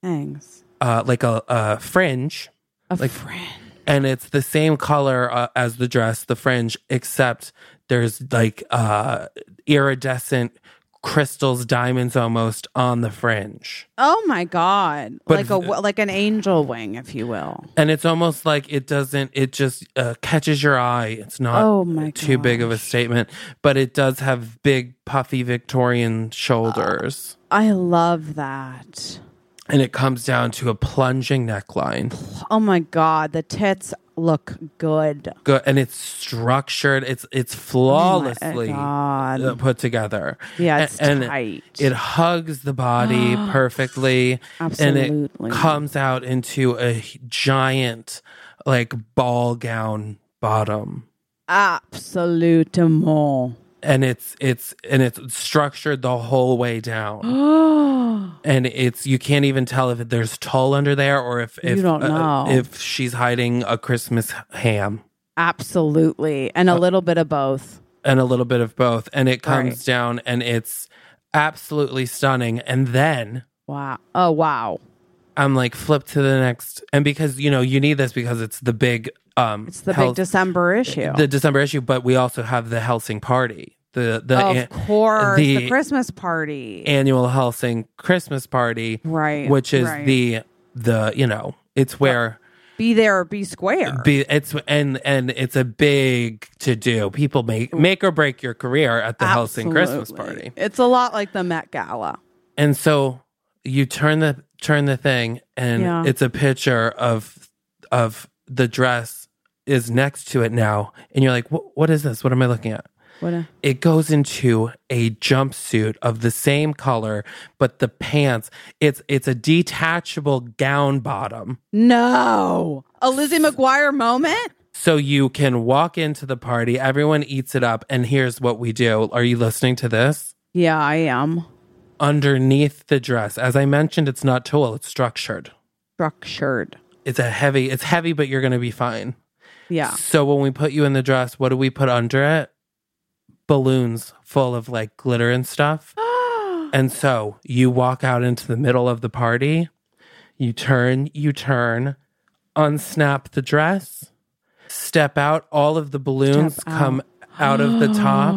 Speaker 2: Thanks.
Speaker 3: uh like a, a fringe
Speaker 2: A
Speaker 3: Like-
Speaker 2: friend.
Speaker 3: and it's the same color uh, as the dress the fringe except there's like uh iridescent crystals diamonds almost on the fringe
Speaker 2: Oh my God.
Speaker 3: But
Speaker 2: like a w- like an angel wing, if you will.
Speaker 3: and it's almost like it doesn't it just uh, catches your eye it's not
Speaker 2: Oh my
Speaker 3: too big of a
Speaker 2: gosh.
Speaker 3: statement but it does have big puffy victorian shoulders
Speaker 2: I love that.
Speaker 3: and it comes down to a plunging neckline.
Speaker 2: Oh my God. The tits look good. Oh
Speaker 3: Good, and it's structured. It's it's flawlessly
Speaker 2: God.
Speaker 3: uh, put together.
Speaker 2: Yeah,
Speaker 3: A-
Speaker 2: it's tight.
Speaker 3: It, hugs the
Speaker 2: [gasps]
Speaker 3: body perfectly, and
Speaker 2: Absolutely.
Speaker 3: it comes out into a h- giant like ball gown bottom.
Speaker 2: Absolutement.
Speaker 3: And it's it's and it's structured the whole
Speaker 2: [gasps]
Speaker 3: way down,
Speaker 2: Oh,
Speaker 3: and it's you can't even tell if there's tulle under there or if if uh,
Speaker 2: don't know.
Speaker 3: if she's hiding a Christmas ham.
Speaker 2: absolutely. And
Speaker 3: Uh,
Speaker 2: a little bit of both.
Speaker 3: and a little bit of both and it comes
Speaker 2: Right.
Speaker 3: down and it's absolutely stunning and then
Speaker 2: Wow. Oh, wow.
Speaker 3: i'm like flip to the next and because you know you need this because it's the big um
Speaker 2: It's the
Speaker 3: Hels- Uh,
Speaker 2: big December issue.
Speaker 3: the december issue but we also have the helsing party the the
Speaker 2: of
Speaker 3: an-
Speaker 2: course, the,
Speaker 3: the-
Speaker 2: Christmas party.
Speaker 3: annual Helsing Christmas party,
Speaker 2: right.
Speaker 3: which is
Speaker 2: right.
Speaker 3: the the you know it's where
Speaker 2: be there or be square.
Speaker 3: be, it's and and it's a big to do. People make make or break your career at the Helsing Christmas
Speaker 2: Absolutely.
Speaker 3: party,
Speaker 2: It's a lot like the Met Gala.
Speaker 3: and so you turn the turn the thing, and
Speaker 2: Yeah.
Speaker 3: it's a picture of of the dress is next to it now, and you're like, "Wh- what is this? What am I looking at?
Speaker 2: What a,
Speaker 3: it goes into a jumpsuit of the same color but the pants it's it's a detachable gown bottom
Speaker 2: no, a Lizzie McGuire moment.
Speaker 3: so you can walk into the party everyone eats it up and here's what we do are you listening to this
Speaker 2: Yeah, I am
Speaker 3: underneath the dress as i mentioned it's not tulle it's structured
Speaker 2: structured.
Speaker 3: it's a heavy it's heavy but you're going to be fine
Speaker 2: Yeah,
Speaker 3: so when we put you in the dress what do we put under it balloons full of like glitter and
Speaker 2: [gasps]
Speaker 3: stuff And so you walk out into the middle of the party, you turn, you turn, unsnap the dress, step out, all of the balloons
Speaker 2: Step out.
Speaker 3: come out
Speaker 2: [gasps]
Speaker 3: of the top,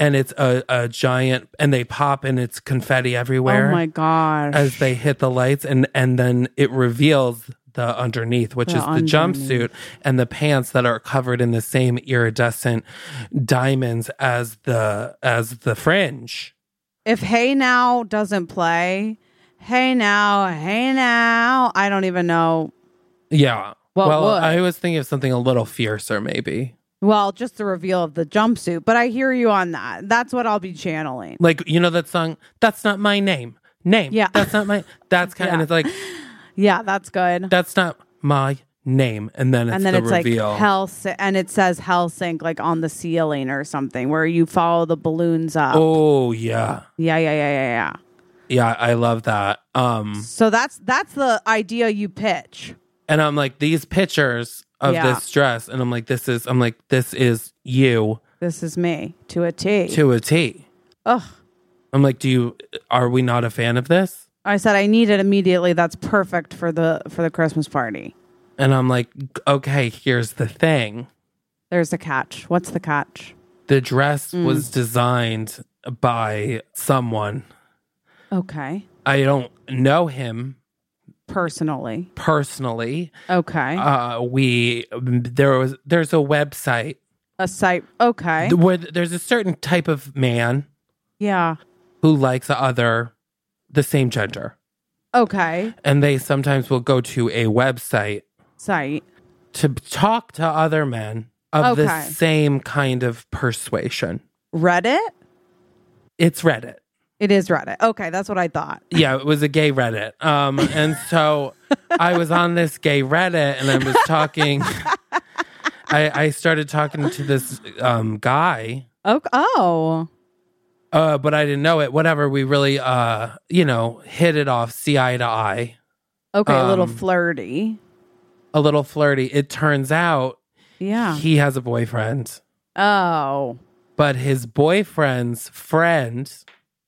Speaker 3: and it's a, a giant, and they pop and it's confetti everywhere
Speaker 2: Oh my gosh.
Speaker 3: as they hit the lights, and, and then it reveals the underneath, which
Speaker 2: The
Speaker 3: is the jumpsuit and the pants that are covered in the same iridescent diamonds as the as the fringe.
Speaker 2: if Hey Now doesn't play, Hey Now, Hey Now, I don't even know.
Speaker 3: Yeah.
Speaker 2: What
Speaker 3: well,
Speaker 2: would?
Speaker 3: I was thinking of something a little fiercer, maybe.
Speaker 2: Well, just the reveal of the jumpsuit, but I hear you on that. That's what I'll be channeling.
Speaker 3: Like you know that song. That's not my name. Name.
Speaker 2: Yeah.
Speaker 3: That's not my.
Speaker 2: [laughs]
Speaker 3: That's kind. And
Speaker 2: Yeah.
Speaker 3: it's like
Speaker 2: Yeah, that's good.
Speaker 3: that's not my name. And then it's
Speaker 2: and then
Speaker 3: the
Speaker 2: it's
Speaker 3: reveal.
Speaker 2: like Helsing, and it says Helsing like on the ceiling or something, where you follow the balloons up.
Speaker 3: oh yeah,
Speaker 2: Yeah, yeah, yeah, yeah, yeah.
Speaker 3: yeah. I love that. Um,
Speaker 2: So that's that's the idea you pitch.
Speaker 3: and I'm like these pictures of
Speaker 2: Yeah.
Speaker 3: this dress, and I'm like this is. I'm like this is you
Speaker 2: This is me to a T.
Speaker 3: to a T.
Speaker 2: Ugh.
Speaker 3: I'm like, do you? Are we not a fan of this?
Speaker 2: I said I need it immediately. That's perfect for the for the Christmas party.
Speaker 3: And I'm like, okay, here's the thing.
Speaker 2: There's a catch. What's the catch?
Speaker 3: The dress
Speaker 2: Mm.
Speaker 3: was designed by someone.
Speaker 2: Okay.
Speaker 3: I don't know him
Speaker 2: Personally.
Speaker 3: personally.
Speaker 2: Okay.
Speaker 3: Uh, we there was there's a website
Speaker 2: a site. Okay.
Speaker 3: where there's a certain type of man
Speaker 2: yeah.
Speaker 3: who likes the other the same gender,
Speaker 2: Okay.
Speaker 3: and they sometimes will go to a website
Speaker 2: Site.
Speaker 3: to talk to other men of the
Speaker 2: Okay.
Speaker 3: same kind of persuasion.
Speaker 2: Reddit.
Speaker 3: It's Reddit.
Speaker 2: It is Reddit. Okay, that's what I thought.
Speaker 3: yeah, it was a gay Reddit. Um, and so I was on this gay Reddit and I was talking. [laughs] I, I started talking to this um, guy,
Speaker 2: Okay. Oh.
Speaker 3: uh, but I didn't know it. Whatever, we really, uh, you know, hit it off, see eye to eye,
Speaker 2: Okay. a little
Speaker 3: Um,
Speaker 2: flirty.
Speaker 3: a little flirty. It turns out
Speaker 2: Yeah.
Speaker 3: he has a boyfriend,
Speaker 2: oh.
Speaker 3: but his boyfriend's friend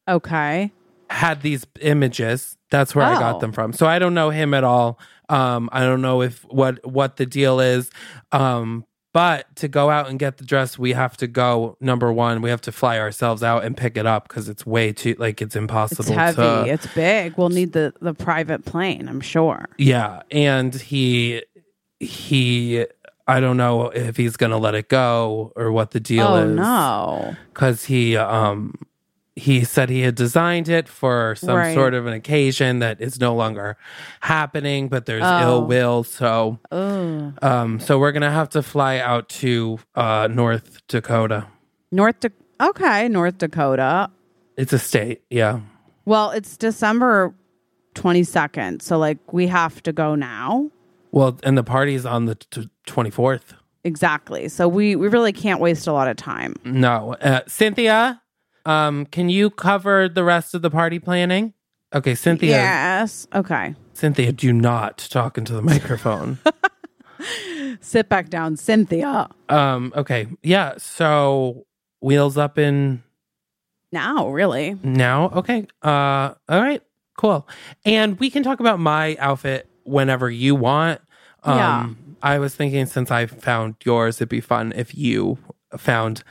Speaker 2: Okay.
Speaker 3: had these images. That's where I got
Speaker 2: Oh.
Speaker 3: them from. So I don't know him at all. Um, I don't know if what what the deal is. Um, but to go out and get the dress, we have to go. Number one, we have to fly ourselves out and pick it up because it's way too like it's impossible.
Speaker 2: It's heavy.
Speaker 3: To,
Speaker 2: it's big. We'll need the the private plane. I'm sure.
Speaker 3: yeah, and he he. I don't know if he's gonna let it go or what the deal
Speaker 2: oh
Speaker 3: is.
Speaker 2: no.
Speaker 3: because he um he said he had designed it for some
Speaker 2: Right.
Speaker 3: sort of an occasion that is no longer happening but there's
Speaker 2: Oh.
Speaker 3: ill will so
Speaker 2: Oh.
Speaker 3: um so we're gonna have to fly out to uh north dakota
Speaker 2: North. Da- okay. North Dakota.
Speaker 3: it's a state yeah
Speaker 2: Well, it's December twenty second, so like we have to go now.
Speaker 3: well and the party's on the t- 24th
Speaker 2: Exactly. So we we really can't waste a lot of time.
Speaker 3: no uh, cynthia um can you cover the rest of the party planning okay cynthia
Speaker 2: Yes. Okay.
Speaker 3: cynthia do not talk into the microphone
Speaker 2: Sit back down, Cynthia.
Speaker 3: Um. Okay. Yeah. So wheels up in
Speaker 2: Now, really.
Speaker 3: now. Okay. Uh. All right. Cool. And we can talk about my outfit whenever you want. Um,
Speaker 2: Yeah.
Speaker 3: I was thinking since I found yours, it'd be fun if you found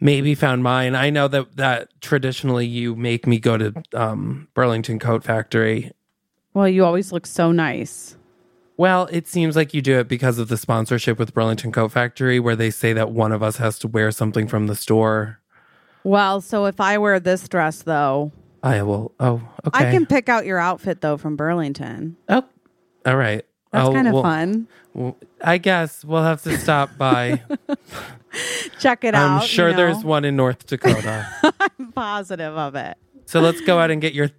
Speaker 3: maybe found mine. I know that that traditionally you make me go to um, Burlington Coat Factory.
Speaker 2: Well, you always look so nice.
Speaker 3: Well, it seems like you do it because of the sponsorship with Burlington Coat Factory, where they say that one of us has to wear something from the store.
Speaker 2: Well, so if I wear this dress though,
Speaker 3: I will. Oh, okay.
Speaker 2: I can pick out your outfit though from Burlington.
Speaker 3: Oh, all right.
Speaker 2: That's
Speaker 3: Oh,
Speaker 2: kind of
Speaker 3: well,
Speaker 2: fun.
Speaker 3: well, I guess we'll have to
Speaker 2: [laughs]
Speaker 3: stop by.
Speaker 2: Check it out.
Speaker 3: I'm
Speaker 2: you
Speaker 3: sure there's
Speaker 2: know?
Speaker 3: one in North Dakota.
Speaker 2: [laughs] I'm positive of it.
Speaker 3: so let's go out and get your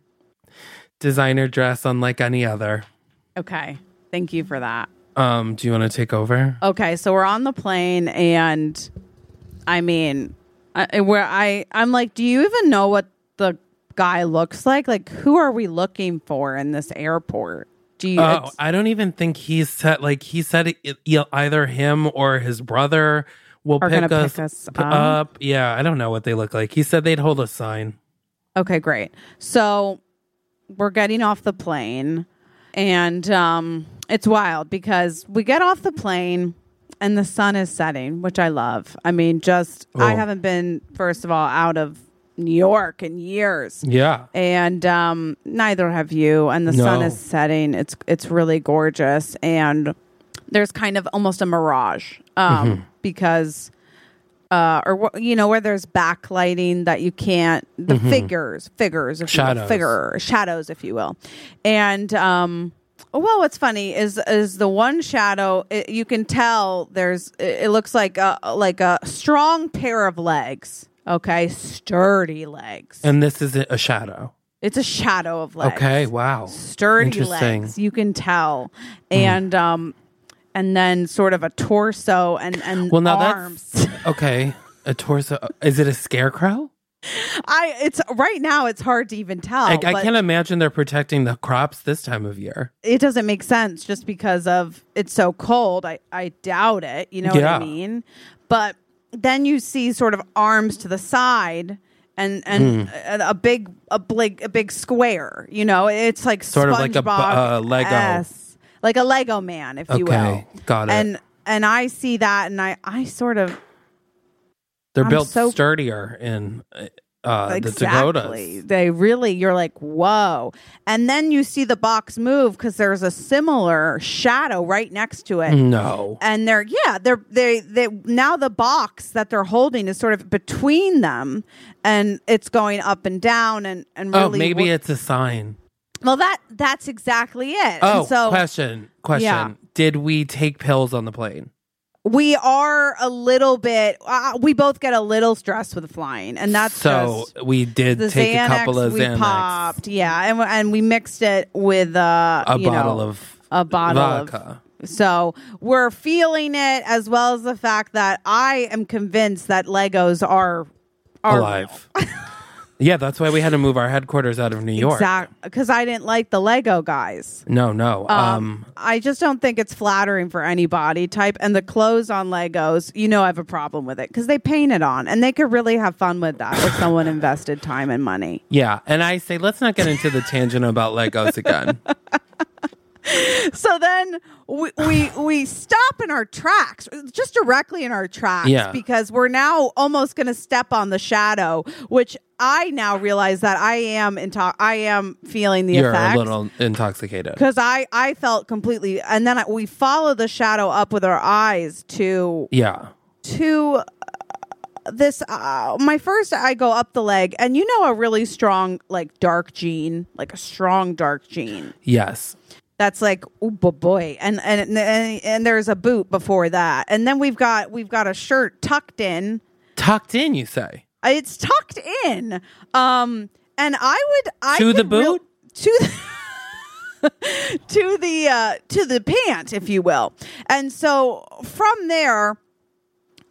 Speaker 3: designer dress, unlike any other.
Speaker 2: Okay. Thank you for that.
Speaker 3: Um, do you want to take over?
Speaker 2: Okay, so we're on the plane, and I mean, I, where I I'm like, do you even know what the guy looks like? Like, who are we looking for in this airport? Do you?
Speaker 3: Oh,
Speaker 2: it's-
Speaker 3: I don't even think he said like he said it, it- either him or his brother will
Speaker 2: Are
Speaker 3: pick
Speaker 2: gonna
Speaker 3: us,
Speaker 2: pick us
Speaker 3: p-
Speaker 2: up?
Speaker 3: Yeah, I don't know what they look like. He said they'd hold a sign.
Speaker 2: okay, great. So we're getting off the plane, and um, it's wild because we get off the plane. And the sun is setting, which I love. I mean, just I
Speaker 3: Oh.
Speaker 2: haven't been, first of all, out of New York in years.
Speaker 3: Yeah.
Speaker 2: and um, neither have you. And the sun
Speaker 3: No.
Speaker 2: is setting. It's it's really gorgeous, and there's kind of almost a mirage um,
Speaker 3: Mm-hmm.
Speaker 2: because. Uh, or wh- you know where there's backlighting that you can't the figures figures if you will,
Speaker 3: Mm-hmm. Shadows.
Speaker 2: figure shadows if you will and um well what's funny is is the one shadow it, you can tell there's it, it looks like a like a strong pair of legs okay sturdy legs
Speaker 3: And this is a shadow.
Speaker 2: it's a shadow of legs.
Speaker 3: Okay. Wow.
Speaker 2: Sturdy
Speaker 3: Interesting. Hmm.
Speaker 2: legs, you can tell. And um and then sort of a torso and and
Speaker 3: Well, now
Speaker 2: arms. [laughs]
Speaker 3: that's okay. A torso. Is it a scarecrow?
Speaker 2: I it's right now it's hard to even tell.
Speaker 3: I, I
Speaker 2: Oh, but
Speaker 3: can't imagine they're protecting the crops this time of year.
Speaker 2: it doesn't make sense just because of it's so cold. I I doubt it, you know
Speaker 3: Yeah.
Speaker 2: what I mean? But then you see sort of arms to the side and and
Speaker 3: Hmm.
Speaker 2: a, a big a big a big square, you know? It's like
Speaker 3: Sort of like a bu-
Speaker 2: SpongeBob
Speaker 3: uh, Lego.
Speaker 2: Like a Lego man, if you will.
Speaker 3: Okay. Got it.
Speaker 2: and and I see that, and I I sort of
Speaker 3: they're
Speaker 2: I'm
Speaker 3: built
Speaker 2: so-
Speaker 3: sturdier in uh, uh, the
Speaker 2: exactly
Speaker 3: Dakotas.
Speaker 2: they really you're like whoa, and then you see the box move because there's a similar shadow right next to it.
Speaker 3: No.
Speaker 2: And they're yeah they're they they now the box that they're holding is sort of between them, and it's going up and down and and really
Speaker 3: oh, maybe
Speaker 2: wo-
Speaker 3: it's a sign.
Speaker 2: well that that's exactly it.
Speaker 3: Oh,
Speaker 2: and so
Speaker 3: question, question.
Speaker 2: Yeah.
Speaker 3: Did we take pills on the plane?
Speaker 2: we are a little bit uh, we both get a little stressed with flying, and that's
Speaker 3: so
Speaker 2: just-
Speaker 3: we did
Speaker 2: the
Speaker 3: take
Speaker 2: Xanax
Speaker 3: a couple of
Speaker 2: we
Speaker 3: Xanax,
Speaker 2: popped, yeah, and and we mixed it with uh,
Speaker 3: a
Speaker 2: you
Speaker 3: bottle
Speaker 2: know,
Speaker 3: of
Speaker 2: a bottle of-
Speaker 3: vodka.
Speaker 2: So we're feeling it as well as the fact that I am convinced that Legos are are [laughs]
Speaker 3: alive. yeah, that's why we had to move our headquarters out of New York.
Speaker 2: because I didn't like the Lego guys.
Speaker 3: No, no.
Speaker 2: Uh,
Speaker 3: Um,
Speaker 2: I just don't think it's flattering for any body type. And the clothes on Legos, you know, I have a problem with it because they paint it on, and they could really have fun with that if
Speaker 3: [laughs]
Speaker 2: someone invested time and money.
Speaker 3: yeah, and I say let's not get into the tangent about Legos
Speaker 2: [laughs]
Speaker 3: again.
Speaker 2: So then we, we we stop in our tracks, just directly in our tracks,
Speaker 3: Yeah.
Speaker 2: because we're now almost going to step on the shadow, which I now realize that I am into- I am feeling the
Speaker 3: You're
Speaker 2: effects
Speaker 3: a little intoxicated.
Speaker 2: because I I felt completely, and then I, we follow the shadow up with our eyes to
Speaker 3: Yeah.
Speaker 2: to uh, this uh, my first i go up the leg and you know a really strong like dark jean like a strong dark jean
Speaker 3: Yes.
Speaker 2: that's like oh boy and, and and and there's a boot before that and then we've got we've got a shirt tucked in
Speaker 3: Tucked in, you say?
Speaker 2: it's tucked in um and i would i
Speaker 3: To the
Speaker 2: could real-
Speaker 3: boot?
Speaker 2: to the to the [laughs] uh to the pant if you will and so from there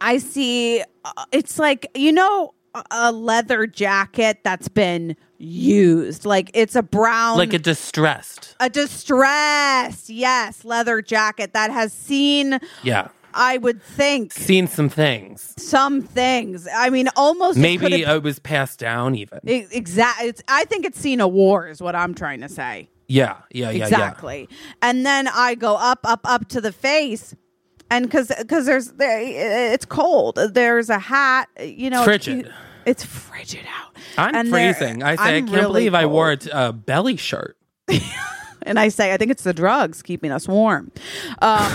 Speaker 2: i see uh, it's like you know a- a leather jacket that's been used like it's a brown
Speaker 3: Like a distressed.
Speaker 2: a distressed, yes, leather jacket that has seen,
Speaker 3: Yeah.
Speaker 2: I would think,
Speaker 3: Seen some things.
Speaker 2: some things. I mean, almost it
Speaker 3: Maybe
Speaker 2: could've-
Speaker 3: it was passed down even.
Speaker 2: e- exact. It's, I think it's seen a war, is what I'm trying to say.
Speaker 3: yeah, yeah, yeah, yeah.
Speaker 2: exactly. And then I go up, up, up to the face, and because because there's there, it's cold. There's a hat. You know,
Speaker 3: It's frigid.
Speaker 2: you- It's frigid out.
Speaker 3: I'm
Speaker 2: And there-
Speaker 3: freezing. I say, I
Speaker 2: I'm
Speaker 3: can't
Speaker 2: really
Speaker 3: believe I
Speaker 2: cold.
Speaker 3: wore a t- a belly shirt.
Speaker 2: and I say, I think it's the drugs keeping us warm.
Speaker 3: [laughs]
Speaker 2: Um,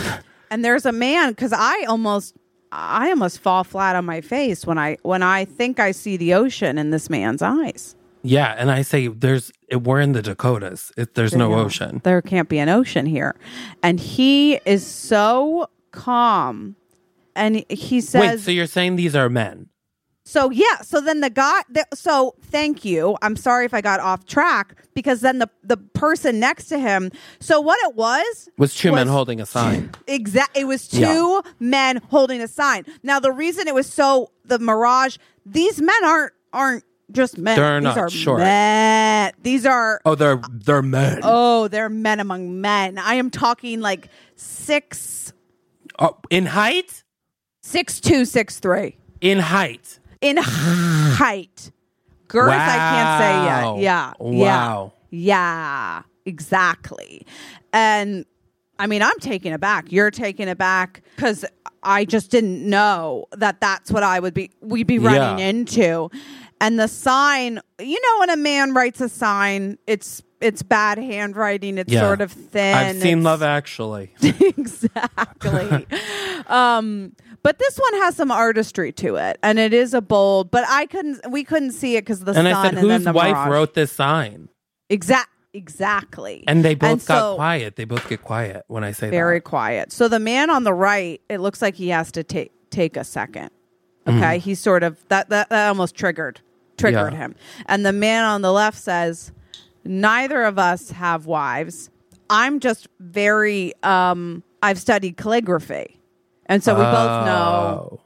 Speaker 2: and there's a man because I almost, I almost fall flat on my face when I when I think I see the ocean in this man's eyes.
Speaker 3: Yeah, and I say there's we're in the Dakotas. It, there's no ocean.
Speaker 2: There can't be an ocean here, and he is so calm, and he
Speaker 3: Wait,
Speaker 2: says,
Speaker 3: so you're saying these are men?
Speaker 2: So yeah, so then the guy. The, so thank you. I'm sorry if I got off track because then the the person next to him. So what it was
Speaker 3: Was two men
Speaker 2: Was-
Speaker 3: holding a sign?
Speaker 2: Exact. It was two
Speaker 3: Yeah.
Speaker 2: men holding a sign. Now the reason it was so the mirage. These men aren't aren't just men.
Speaker 3: They're
Speaker 2: these
Speaker 3: not
Speaker 2: are
Speaker 3: short.
Speaker 2: men. These are oh.
Speaker 3: Oh, they're they're men.
Speaker 2: they're men among men. I am talking like six
Speaker 3: Oh, in height,
Speaker 2: six two six three
Speaker 3: in height.
Speaker 2: in height. Girth, I can't say yet. Yeah.
Speaker 3: Wow. Wow.
Speaker 2: Yeah. Yeah. Exactly. And I mean, I'm taken aback. You're taken aback because I just didn't know that that's what I would be, we'd be running
Speaker 3: Yeah.
Speaker 2: into. And the sign, you know, when a man writes a sign, it's, it's bad handwriting. It's
Speaker 3: Yeah.
Speaker 2: sort of thin.
Speaker 3: I've seen
Speaker 2: it's-
Speaker 3: Love Actually.
Speaker 2: [laughs] exactly. um, but this one has some artistry to it, and it is a bold. But I couldn't, we couldn't see it because the sun
Speaker 3: And I said,
Speaker 2: and then
Speaker 3: whose
Speaker 2: the
Speaker 3: wife
Speaker 2: mirage.
Speaker 3: wrote this sign?
Speaker 2: Exact, exactly.
Speaker 3: And they both got
Speaker 2: so-
Speaker 3: quiet. They both get quiet when I say
Speaker 2: Very
Speaker 3: that.
Speaker 2: quiet. So the man on the right, it looks like he has to take take a second. Okay, he's sort of that, that that almost triggered triggered
Speaker 3: Mm-hmm. Yeah.
Speaker 2: him. And the man on the left says, "Neither of us have wives. I'm just very. Um, I've studied calligraphy, and so we both know
Speaker 3: Oh.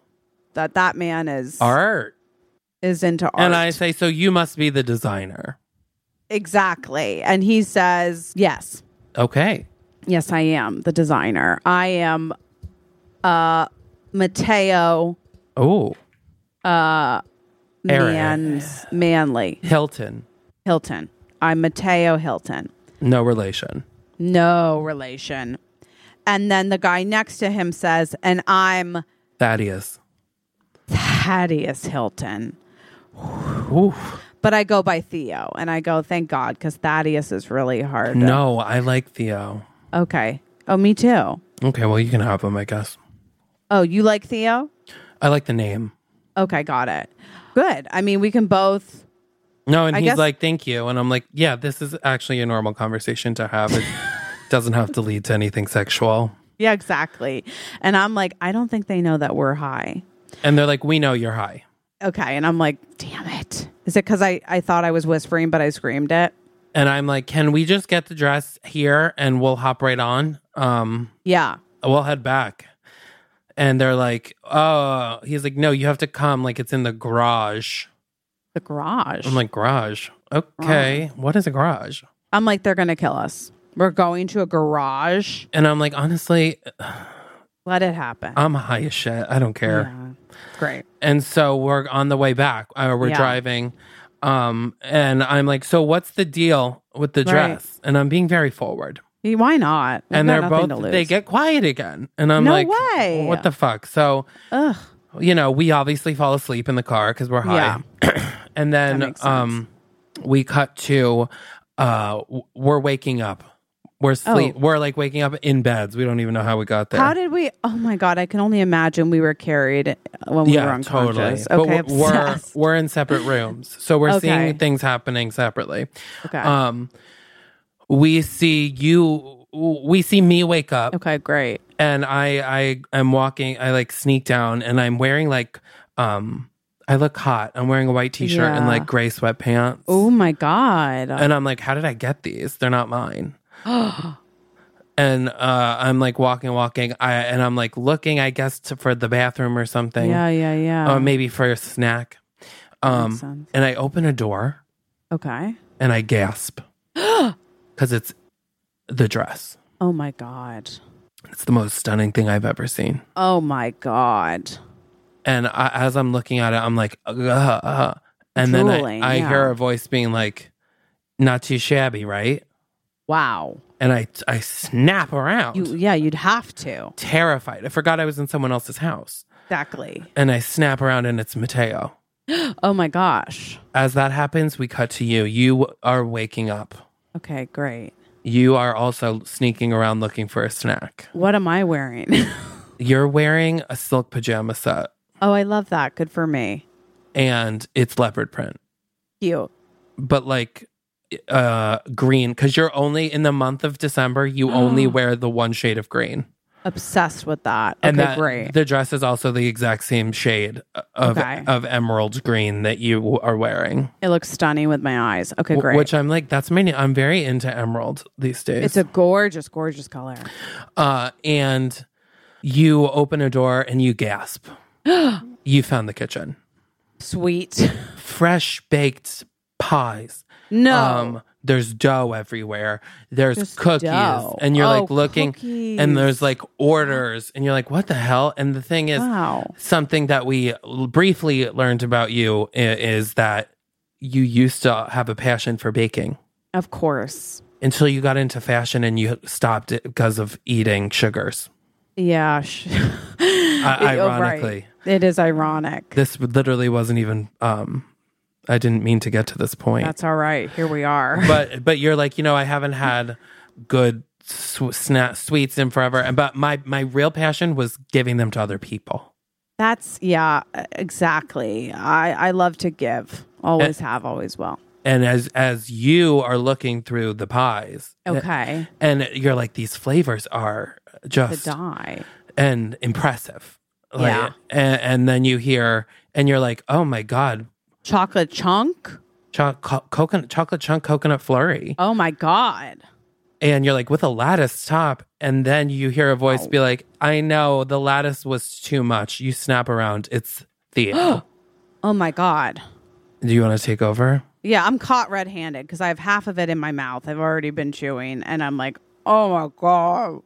Speaker 2: that that man is
Speaker 3: art.
Speaker 2: is into art.
Speaker 3: And I say, so you must be the designer.
Speaker 2: exactly, and he says, "Yes,
Speaker 3: Okay.
Speaker 2: Yes, I am the designer. I am uh Mateo
Speaker 3: Oh, Aaron.
Speaker 2: Mans- Manley
Speaker 3: Hilton.
Speaker 2: Hilton. I'm Mateo Hilton.
Speaker 3: No relation.
Speaker 2: No relation. And then the guy next to him says, and I'm
Speaker 3: Thaddeus.
Speaker 2: Thaddeus Hilton.
Speaker 3: Ooh.
Speaker 2: But I go by Theo and I go, thank God, because Thaddeus is really hard. to-"
Speaker 3: No, I like Theo.
Speaker 2: Okay. Oh, me too.
Speaker 3: Okay, well, you can have him, I guess.
Speaker 2: Oh, you like Theo?
Speaker 3: I like the name.
Speaker 2: Okay, got it. Good. I mean, we can both [laughs]
Speaker 3: No, and
Speaker 2: I
Speaker 3: he's
Speaker 2: guess-
Speaker 3: like, thank you. And I'm like, yeah, this is actually a normal conversation to have.
Speaker 2: [laughs]
Speaker 3: It doesn't have to lead to anything sexual.
Speaker 2: Yeah, exactly. And I'm like, I don't think they know that we're high.
Speaker 3: And they're like, we know you're high.
Speaker 2: Okay. And I'm like, damn it. Is it because I, I thought I was whispering, but I screamed it?
Speaker 3: And I'm like, can we just get the dress here and we'll hop right on? Um,
Speaker 2: Yeah.
Speaker 3: we'll head back. And they're like, oh, he's like, no, you have to come. Like, it's in the garage.
Speaker 2: The garage.
Speaker 3: I'm like, garage? Okay. What is a garage?
Speaker 2: I'm like, they're going to kill us. We're going to a garage.
Speaker 3: And I'm like, honestly,
Speaker 2: Let it happen.
Speaker 3: I'm high as shit. I don't care.
Speaker 2: Yeah. Great.
Speaker 3: and so we're on the way back uh, we're
Speaker 2: Yeah.
Speaker 3: driving um and i'm like so what's the deal with the
Speaker 2: Right.
Speaker 3: dress and i'm being very forward
Speaker 2: Hey, Why not? We've
Speaker 3: and
Speaker 2: got
Speaker 3: they're
Speaker 2: nothing
Speaker 3: both
Speaker 2: to lose.
Speaker 3: they get quiet again and i'm
Speaker 2: No
Speaker 3: like
Speaker 2: way.
Speaker 3: what the fuck so
Speaker 2: Ugh.
Speaker 3: you know we obviously fall asleep in the car because we're high [clears throat] and then
Speaker 2: makes sense.
Speaker 3: um we cut to uh w- we're waking up we're sleep
Speaker 2: Oh.
Speaker 3: we're like waking up in beds we don't even know how we got there
Speaker 2: How did we? Oh my God. I can only imagine we were carried when we were
Speaker 3: yeah, totally.
Speaker 2: unconscious. Okay.
Speaker 3: But w- we're
Speaker 2: obsessed.
Speaker 3: we're in separate rooms, so we're
Speaker 2: Okay.
Speaker 3: seeing things happening separately.
Speaker 2: Okay.
Speaker 3: Um, we see you. We see me wake up,
Speaker 2: okay. Great.
Speaker 3: and I I am walking. I like sneak down, and I'm wearing like um. I look hot. I'm wearing a white t-shirt and
Speaker 2: Yeah.
Speaker 3: like gray sweatpants.
Speaker 2: Oh my God. [gasps]
Speaker 3: And I'm like, how did I get these? They're not mine. and uh, I'm like walking, walking. I and I'm like looking, I guess, to, for the bathroom or something
Speaker 2: yeah. Yeah. Yeah.
Speaker 3: uh, maybe for a snack. Um,
Speaker 2: sense.
Speaker 3: and I open a door
Speaker 2: okay.
Speaker 3: and
Speaker 2: [gasps]
Speaker 3: I gasp because it's the dress.
Speaker 2: Oh my God.
Speaker 3: It's the most stunning thing I've ever seen.
Speaker 2: Oh my God.
Speaker 3: And I, as I'm looking at it, I'm like, ugh, uh, and then
Speaker 2: Drooling,
Speaker 3: I, I
Speaker 2: yeah.
Speaker 3: hear a voice being like, "Not too shabby, right?"
Speaker 2: Wow.
Speaker 3: and I I snap around,
Speaker 2: You yeah, you'd have to.
Speaker 3: terrified. I forgot I was in someone else's house,
Speaker 2: Exactly. [gasps]
Speaker 3: and I snap around, and it's Mateo.
Speaker 2: Oh my gosh.
Speaker 3: As that happens, we cut to you. You are waking up.
Speaker 2: Okay, great.
Speaker 3: You are also sneaking around looking for a snack.
Speaker 2: What am I wearing? [laughs]
Speaker 3: You're wearing a silk pajama set,
Speaker 2: oh, I love that. Good for me.
Speaker 3: and it's leopard print.
Speaker 2: Cute.
Speaker 3: but like uh green because you're only in the month of december you only
Speaker 2: Mm.
Speaker 3: wear the one shade of green
Speaker 2: Obsessed with that. Okay,
Speaker 3: and that
Speaker 2: great.
Speaker 3: the dress is also the exact same shade of
Speaker 2: Okay.
Speaker 3: of emerald green that you w- are wearing
Speaker 2: it looks stunning with my eyes. Okay,
Speaker 3: w-
Speaker 2: great.
Speaker 3: which i'm like that's many i'm very into emerald these days
Speaker 2: it's a gorgeous, gorgeous color.
Speaker 3: uh and you open a door and you
Speaker 2: [gasps]
Speaker 3: gasp you found the kitchen
Speaker 2: Sweet. [laughs]
Speaker 3: fresh baked pies
Speaker 2: No.
Speaker 3: Um, there's dough everywhere. There's
Speaker 2: Just
Speaker 3: cookies,
Speaker 2: dough.
Speaker 3: and you're like
Speaker 2: Oh,
Speaker 3: looking,
Speaker 2: cookies.
Speaker 3: and there's like orders, and you're like, what the hell? And the thing is,
Speaker 2: wow.
Speaker 3: something that we l- briefly learned about you i- is that you used to have a passion for baking
Speaker 2: Of course.
Speaker 3: until you got into fashion and you stopped it because of eating sugars.
Speaker 2: Yeah. sh- [laughs] Oh, right.
Speaker 3: ironically.
Speaker 2: It is ironic.
Speaker 3: This literally wasn't even. Um, I didn't mean to get to this point.
Speaker 2: That's all right. Here we are. [laughs]
Speaker 3: but but you're like you know I haven't had good sw- sna- sweets in forever, and but my my real passion was giving them to other people.
Speaker 2: That's yeah, e, exactly. I I love to give.
Speaker 3: Eh.
Speaker 2: Always have, always will.
Speaker 3: And as as you are looking through the pies,
Speaker 2: Okay.
Speaker 3: and you're like these flavors are
Speaker 2: The
Speaker 3: just
Speaker 2: die.
Speaker 3: and impressive, Like,
Speaker 2: Yeah.
Speaker 3: And, and then you hear, and you're like, oh my god,
Speaker 2: Chocolate chunk?
Speaker 3: cho- co- coconut chocolate chunk coconut flurry,
Speaker 2: Oh my god.
Speaker 3: and you're like with a lattice top, and then you hear a voice be like, I know the lattice was too much. You snap around, it's
Speaker 2: [gasps]
Speaker 3: Theo.
Speaker 2: Oh my god.
Speaker 3: Do you want to take over?
Speaker 2: Yeah, I'm caught red-handed because I have half of it in my mouth. I've already been chewing and I'm like, "Oh my god."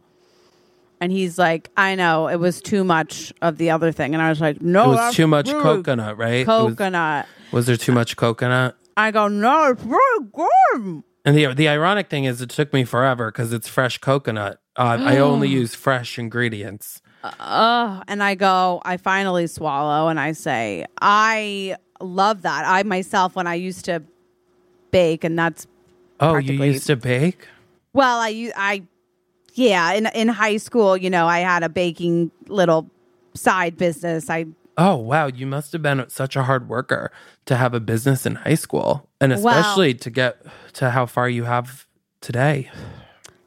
Speaker 2: And he's like, "I know, it was too much of the other thing." And I was like, "No,
Speaker 3: It was
Speaker 2: Oh, that's
Speaker 3: too much
Speaker 2: really
Speaker 3: coconut, right? It was-
Speaker 2: Coconut.
Speaker 3: Was, there too much coconut?
Speaker 2: I go, "No, it's really good."
Speaker 3: And the the ironic thing is, it took me forever because it's fresh coconut. Uh, I
Speaker 2: [gasps]
Speaker 3: only use fresh ingredients.
Speaker 2: Ugh. And I go, I finally swallow and I say, I love that. I myself, when I used to bake, and that's,
Speaker 3: Oh, you
Speaker 2: Practically-
Speaker 3: used to bake?
Speaker 2: well, I, u- I, yeah, in, in high school, you know, I had a baking little side business. I,
Speaker 3: Oh wow, you must have been such a hard worker to have a business in high school, and
Speaker 2: Well-
Speaker 3: especially to get to how far you have today.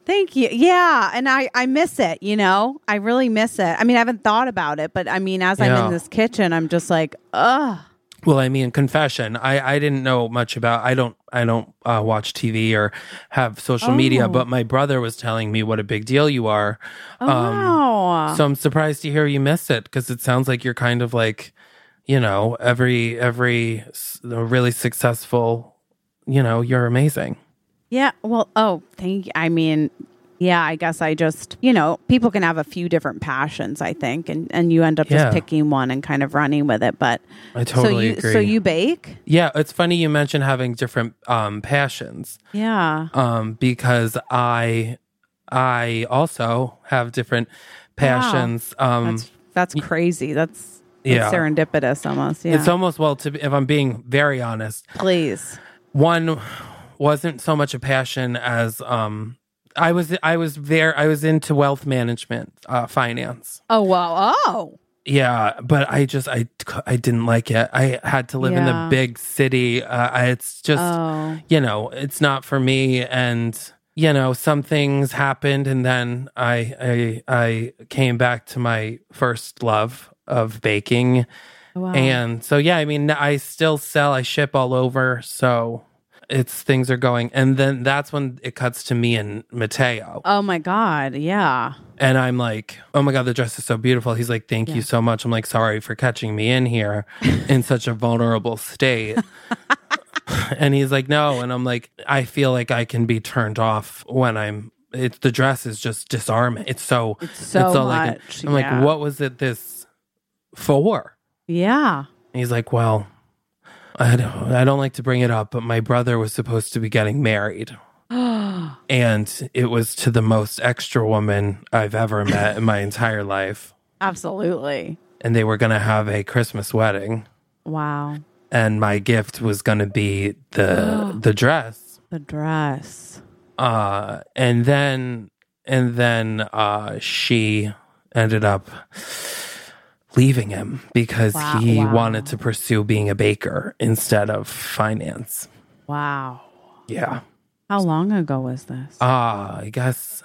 Speaker 2: thank you. Yeah. And I, I miss it, you know, I really miss it. I mean, I haven't thought about it, but I mean, as I'm
Speaker 3: Yeah.
Speaker 2: in this kitchen, I'm just like, ugh.
Speaker 3: Well, I mean, confession. I, I didn't know much about. I don't I don't uh, watch TV or have social media, but my brother was telling me what a big deal you are.
Speaker 2: Oh, wow.
Speaker 3: Um, So I'm surprised to hear you miss it because it sounds like you're kind of like, you know, every every s- really successful. You know, you're amazing.
Speaker 2: Yeah. Well, oh, thank I mean, yeah, I guess I just, you know, people can have a few different passions, I think, and and you end up
Speaker 3: Yeah.
Speaker 2: just picking one and kind of running with it, but
Speaker 3: I totally
Speaker 2: so you
Speaker 3: agree.
Speaker 2: so you bake?
Speaker 3: Yeah, it's funny you mentioned having different um, passions
Speaker 2: Yeah.
Speaker 3: um, because I I also have different passions. Um,
Speaker 2: That's that's crazy. That's, that's
Speaker 3: yeah.
Speaker 2: serendipitous almost. Yeah.
Speaker 3: It's almost well to be, if I'm being very honest,
Speaker 2: Please.
Speaker 3: one wasn't so much a passion as um I was I was there I was into wealth management uh finance.
Speaker 2: Oh wow. Oh.
Speaker 3: Yeah, but I just I c- I didn't like it. I had to live in the
Speaker 2: Yeah.
Speaker 3: big city. Uh, I- it's just
Speaker 2: Oh.
Speaker 3: you know, it's not for me and you know, some things happened and then I I I came back to my first love of baking.
Speaker 2: Wow.
Speaker 3: And so, yeah, I mean, I still sell, I ship all over. So it's things are going. And then that's when it cuts to me and Mateo.
Speaker 2: oh my god. Yeah.
Speaker 3: And I'm like, oh my God, the dress is so beautiful. He's like, thank you so much. I'm like, sorry for catching me
Speaker 2: [laughs]
Speaker 3: in here in such a vulnerable state. and he's like, no. And I'm like, I feel like I can be turned off when I'm. It's the dress is just disarming. It's so it's
Speaker 2: so
Speaker 3: like-
Speaker 2: much,
Speaker 3: I'm
Speaker 2: yeah.
Speaker 3: like, what was it this for?
Speaker 2: Yeah.
Speaker 3: And he's like, "Well,
Speaker 2: [gasps]
Speaker 3: I don't, I don't like to bring it up, but my brother was supposed to be getting married." And it was to the most extra woman I've ever met in my entire life.
Speaker 2: Absolutely.
Speaker 3: And they were going to have a Christmas wedding.
Speaker 2: Wow.
Speaker 3: And my gift was going to be
Speaker 2: [gasps]
Speaker 3: the the dress.
Speaker 2: The dress.
Speaker 3: Uh, and then and then uh, she ended up leaving him because
Speaker 2: Wow,
Speaker 3: he
Speaker 2: wow.
Speaker 3: wanted to pursue being a baker instead of finance.
Speaker 2: Wow.
Speaker 3: Yeah.
Speaker 2: How long ago was this?
Speaker 3: Ah, I guess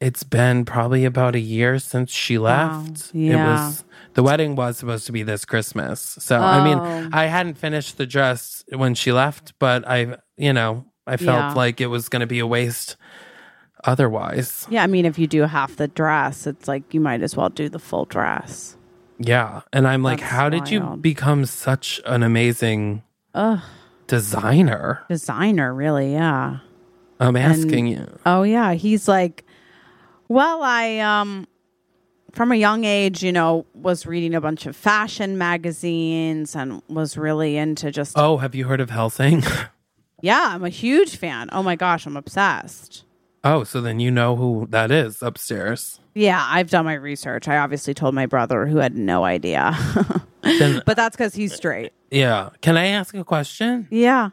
Speaker 3: it's been probably about a year since she left. It
Speaker 2: Yeah.
Speaker 3: was the wedding was supposed to be this Christmas. So I
Speaker 2: Oh.
Speaker 3: mean, I hadn't finished the dress when she left, but I, you know, I felt
Speaker 2: Yeah.
Speaker 3: like it was going to be a waste otherwise.
Speaker 2: yeah, I mean, if you do half the dress, it's like you might as well do the full dress.
Speaker 3: Yeah, and I'm like,
Speaker 2: That's
Speaker 3: how did you
Speaker 2: wild.
Speaker 3: become such an amazing
Speaker 2: Ugh.
Speaker 3: designer?
Speaker 2: Designer, really? Yeah.
Speaker 3: I'm asking you.
Speaker 2: Oh yeah, he's like, well, I um, from a young age, you know, was reading a bunch of fashion magazines and was really into just.
Speaker 3: Oh, have you heard of Helsing? [laughs]
Speaker 2: Yeah, I'm a huge fan. Oh my gosh, I'm obsessed.
Speaker 3: oh, so then you know who that is upstairs.
Speaker 2: Yeah, I've done my research. I obviously told my brother who had no idea. [laughs]
Speaker 3: Then-
Speaker 2: but that's because he's straight.
Speaker 3: Yeah. Can I ask a question?
Speaker 2: Yeah.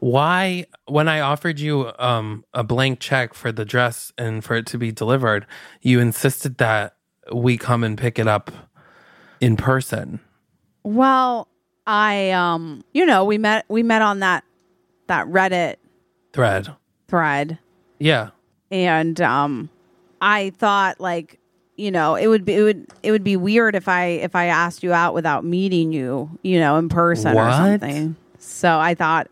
Speaker 3: Why, when I offered you um, a blank check for the dress and for it to be delivered, you insisted that we come and pick it up in person?
Speaker 2: Well, I um you know, we met we met on that that Reddit
Speaker 3: Thread.
Speaker 2: thread
Speaker 3: Yeah.
Speaker 2: and um I thought like you know, it would be it would it would be weird if I if I asked you out without meeting you, you know, in person or
Speaker 3: What?
Speaker 2: something. So I thought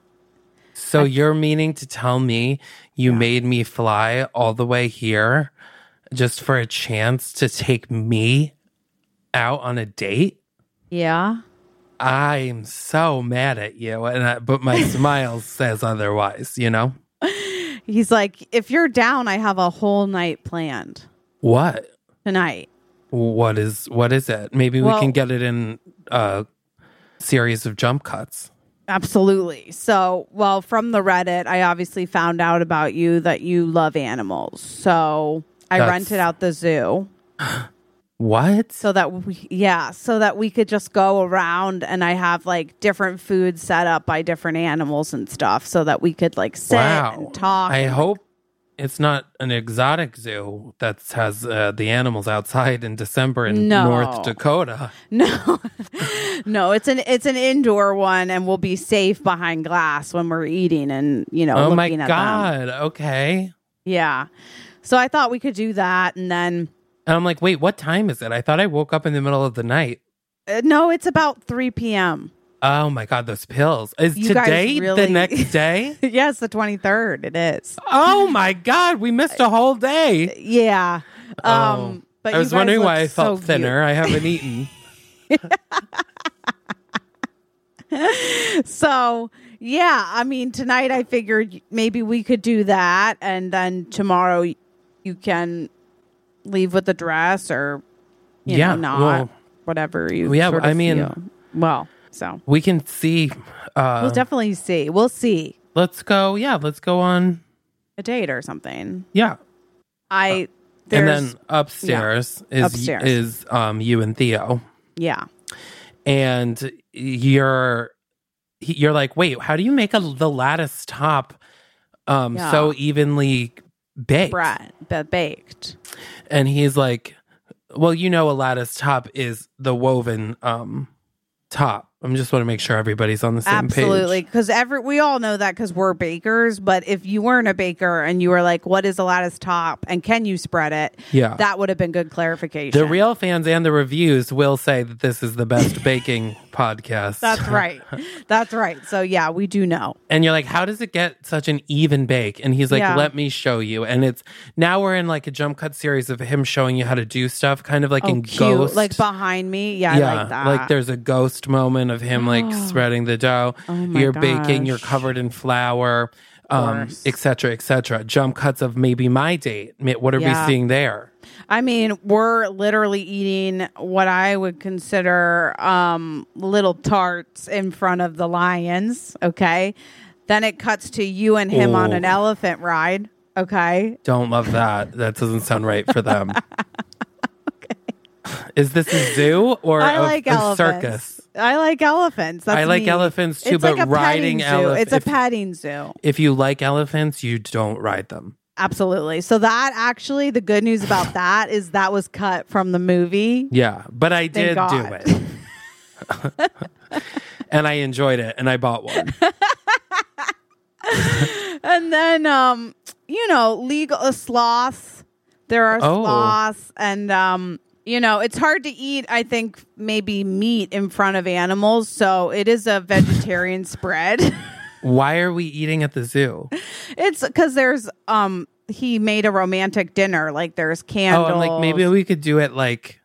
Speaker 3: So you're meaning to tell me you made me fly all the way here just for a chance to take me out on a date?
Speaker 2: Yeah.
Speaker 3: I'm so mad at you, and I, but my smile says otherwise. You know
Speaker 2: He's like, if you're down, I have a whole night planned
Speaker 3: what?
Speaker 2: tonight.
Speaker 3: What is what is it? Maybe we
Speaker 2: Well-
Speaker 3: can get it in a series of jump cuts.
Speaker 2: Absolutely. So, well, from the Reddit, I obviously found out about you that you love animals. So I
Speaker 3: That's-
Speaker 2: rented out the zoo
Speaker 3: What?
Speaker 2: so that we, yeah, so that we could just go around and I have like different food set up by different animals and stuff so that we could like sit and talk.
Speaker 3: I
Speaker 2: and,
Speaker 3: hope it's not an exotic zoo that has uh, the animals outside in December in
Speaker 2: No.
Speaker 3: North Dakota.
Speaker 2: [laughs] No, [laughs] no, it's an it's an indoor one, and we'll be safe behind glass when we're eating and you know.
Speaker 3: Oh my
Speaker 2: looking at Them.
Speaker 3: god. Okay.
Speaker 2: Yeah. So I thought we could do that, and then
Speaker 3: And I'm like, wait, what time is it? I thought I woke up in the middle of the night.
Speaker 2: Uh, no, it's about 3 p.m.
Speaker 3: Oh my god, those pills. Is
Speaker 2: You guys
Speaker 3: today
Speaker 2: really-
Speaker 3: the
Speaker 2: [laughs]
Speaker 3: next day?
Speaker 2: [laughs] yes, the 23rd. It is.
Speaker 3: oh my god, we missed a whole day.
Speaker 2: Yeah. Um,
Speaker 3: Oh.
Speaker 2: but
Speaker 3: I
Speaker 2: you
Speaker 3: was
Speaker 2: guys
Speaker 3: wondering
Speaker 2: look
Speaker 3: why I
Speaker 2: so
Speaker 3: felt
Speaker 2: cute.
Speaker 3: thinner. I haven't
Speaker 2: [laughs]
Speaker 3: eaten.
Speaker 2: So, yeah, I mean, tonight I figured maybe we could do that. And then tomorrow y- you can leave with the dress or, you
Speaker 3: Yeah,
Speaker 2: know, not
Speaker 3: well-
Speaker 2: whatever you
Speaker 3: Yeah,
Speaker 2: sort
Speaker 3: I
Speaker 2: of
Speaker 3: mean-
Speaker 2: feel. well, so
Speaker 3: We can see. Uh,
Speaker 2: we'll definitely see. We'll see
Speaker 3: let's go. Yeah, let's go on.
Speaker 2: a date or something.
Speaker 3: Yeah,
Speaker 2: I,
Speaker 3: Uh, and
Speaker 2: there's,
Speaker 3: then upstairs is
Speaker 2: Upstairs.
Speaker 3: is um you and Theo,
Speaker 2: yeah.
Speaker 3: and you're he- you're like, wait, how do you make a, the lattice top um
Speaker 2: Yeah.
Speaker 3: so evenly baked?
Speaker 2: Bread, but baked.
Speaker 3: And he's like, well, you know, a lattice top is the woven um top. I am just want to make sure everybody's on the same
Speaker 2: Absolutely,
Speaker 3: page.
Speaker 2: because every we all know that because we're bakers. But if you weren't a baker and you were like, "What is a lattice top and can you spread it?"
Speaker 3: Yeah.
Speaker 2: that would have been good clarification.
Speaker 3: The real fans and the reviews will say that this is the
Speaker 2: [laughs]
Speaker 3: best baking podcast.
Speaker 2: that's right, that's right. So yeah, we do know.
Speaker 3: and you're like, how does it get such an even bake? And he's like,
Speaker 2: Yeah.
Speaker 3: let me show you. And it's now we're in like a jump cut series of him showing you how to do stuff, kind of like
Speaker 2: Oh,
Speaker 3: in
Speaker 2: cute,
Speaker 3: Ghost.
Speaker 2: like behind me. Yeah, I like that.
Speaker 3: there's a ghost moment of
Speaker 2: [gasps]
Speaker 3: him like spreading the dough.
Speaker 2: Oh my
Speaker 3: you're baking, you're
Speaker 2: gosh.
Speaker 3: covered in flour, um,
Speaker 2: course.
Speaker 3: et cetera, et cetera. Jump cuts of maybe my date. Ma- What are
Speaker 2: Yeah.
Speaker 3: we seeing there?
Speaker 2: I mean, we're literally eating what I would consider um, little tarts in front of the lions. Okay, then it cuts to you and him on
Speaker 3: Ooh.
Speaker 2: an elephant ride. Okay.
Speaker 3: Don't love that. That doesn't sound right
Speaker 2: [laughs]
Speaker 3: for them. Is this a zoo or
Speaker 2: I
Speaker 3: a,
Speaker 2: like
Speaker 3: a
Speaker 2: elephants.
Speaker 3: circus?
Speaker 2: I like elephants. That's
Speaker 3: I like
Speaker 2: me.
Speaker 3: elephants too,
Speaker 2: it's
Speaker 3: but
Speaker 2: like a
Speaker 3: riding
Speaker 2: petting zoo.
Speaker 3: elef-
Speaker 2: It's a
Speaker 3: if-
Speaker 2: petting zoo.
Speaker 3: If you like elephants, you don't ride them.
Speaker 2: Absolutely. So that actually, the good news about that is that was cut from the movie.
Speaker 3: Yeah, but I did do
Speaker 2: God.
Speaker 3: it. [laughs] and I enjoyed it and I bought one.
Speaker 2: And then, um, you know, legal uh, sloths. There are
Speaker 3: Oh.
Speaker 2: sloths, and um, you know, it's hard to eat. I think maybe meat in front of animals, so it is a
Speaker 3: [laughs]
Speaker 2: vegetarian spread. [laughs]
Speaker 3: Why are we eating at the zoo?
Speaker 2: It's because there's um, he made a romantic dinner. Like there's
Speaker 3: Oh,
Speaker 2: candles.
Speaker 3: I'm like, maybe we could do it like